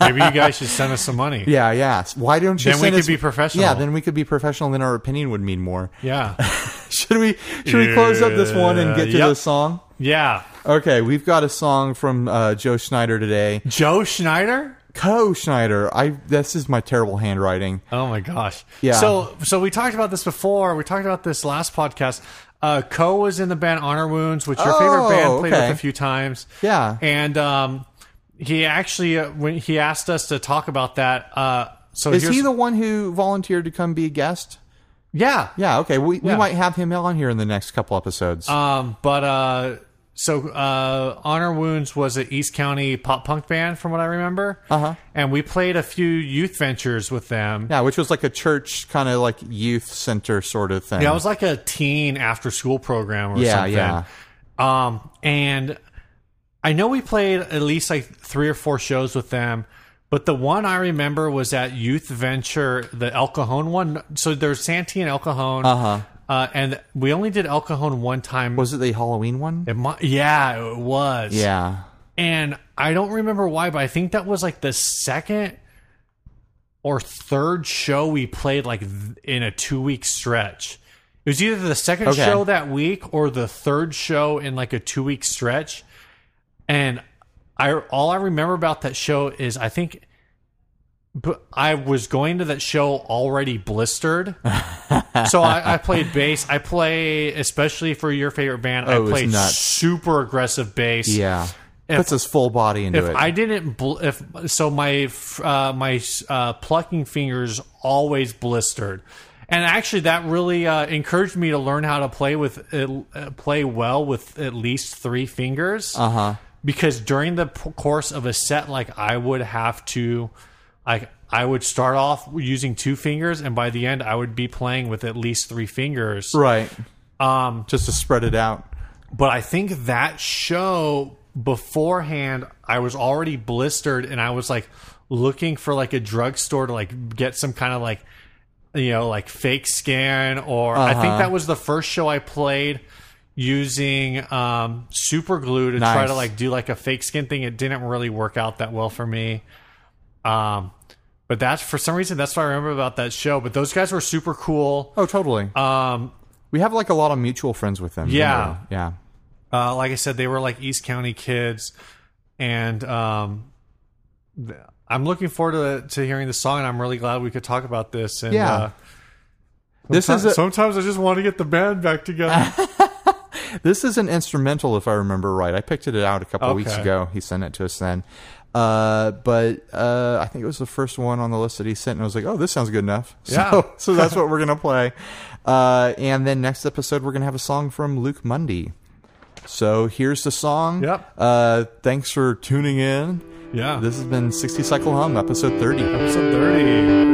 S1: Maybe you guys should send us some money.
S2: (laughs) Yeah, yeah. S- Why don't you?
S1: Then we
S2: send
S1: could
S2: us-
S1: be professional.
S2: Yeah, then we could be professional. Then our opinion would mean more. (laughs)
S1: Yeah.
S2: Should we? Should we close up this one and get to
S1: Yeah.
S2: the song?
S1: Yeah.
S2: Okay, we've got a song from uh, Joe Schneider today.
S1: Joe Schneider?
S2: Co Schneider. I. This is my terrible handwriting.
S1: Oh my gosh.
S2: Yeah.
S1: So so we talked about this before. We talked about this last podcast. Uh, Ko was in the band Honor Wounds, which your favorite
S2: Oh,
S1: band played
S2: okay.
S1: with a few times.
S2: Yeah.
S1: and um, he actually uh, when he asked us to talk about that. Uh, so
S2: Is
S1: here's,
S2: he the one who volunteered to come be a guest?
S1: yeah
S2: Yeah, okay. We, we
S1: Yeah.
S2: might have him on here in the next couple episodes.
S1: Um, but uh, so uh, Honor Wounds was an East County pop punk band, from what I remember.
S2: Uh-huh.
S1: And we played a few youth ventures with them.
S2: yeah, which was like a church kind of like youth center sort of thing.
S1: Yeah, it was like a teen after school program or
S2: Yeah,
S1: something.
S2: yeah.
S1: Um, and I know we played at least like three or four shows with them, but the one I remember was at Youth Venture, the El Cajon one. So there's Santee and El Cajon. Uh-huh. and we only did El Cajon one time.
S2: Was it the Halloween one?
S1: It mi- yeah, it was.
S2: Yeah.
S1: and I don't remember why, but I think that was like the second or third show we played like th- in a two week stretch. It was either the second
S2: Okay.
S1: show that week or the third show in like a two week stretch. And I all I remember about that show is I think but I was going to that show already
S2: (laughs)
S1: blistered. so I, I played bass. I play especially for your favorite band.
S2: Oh, it
S1: I
S2: was
S1: played
S2: nuts.
S1: super aggressive bass.
S2: Yeah.
S1: If-
S2: Puts his full body into
S1: If
S2: it.
S1: I didn't, bl- if so, my f- uh, my uh, plucking fingers always blistered, and actually that really uh, encouraged me to learn how to play with uh, play well with at least three fingers. Uh huh. Because during the p- course of a set, like I would have to, like I would start off using two fingers, and by the end I would be playing with at least three fingers.
S2: right. Um, Just to spread it out.
S1: But I think that show beforehand, I was already blistered and I was like looking for like a drugstore to like get some kind of like, you know, like fake skin. Or I think that was the first show I played using um, super glue to try
S2: Nice.
S1: to like do like a fake skin thing. It didn't really work out that well for me. Um, but that's for some reason, that's what I remember about that show. But those guys were super cool.
S2: Oh, totally.
S1: Um,
S2: we have like a lot of mutual friends with them. don't
S1: Yeah.
S2: we? Yeah.
S1: uh, like I said, they were like East County kids, and um, th- I'm looking forward to, to hearing the song. And I'm really glad we could talk about this. And
S2: Yeah.
S1: uh,
S2: This is a,
S1: sometimes I just want to get the band back
S2: (laughs)
S1: together.
S2: This is an instrumental, if I remember right. I picked it out a couple
S1: Okay.
S2: weeks ago. He sent it to us then. Uh, but uh, I think it was the first one on the list that he sent, and I was like, "Oh, this sounds good enough." (laughs) So,
S1: Yeah.
S2: so that's
S1: (laughs)
S2: what we're gonna play. Uh, and then next episode, we're gonna have a song from Luke Mundy. So here's the song.
S1: Yep.
S2: Uh, thanks for tuning in.
S1: yeah,
S2: This has been 60 Cycle Hum, episode 30.
S1: episode thirty.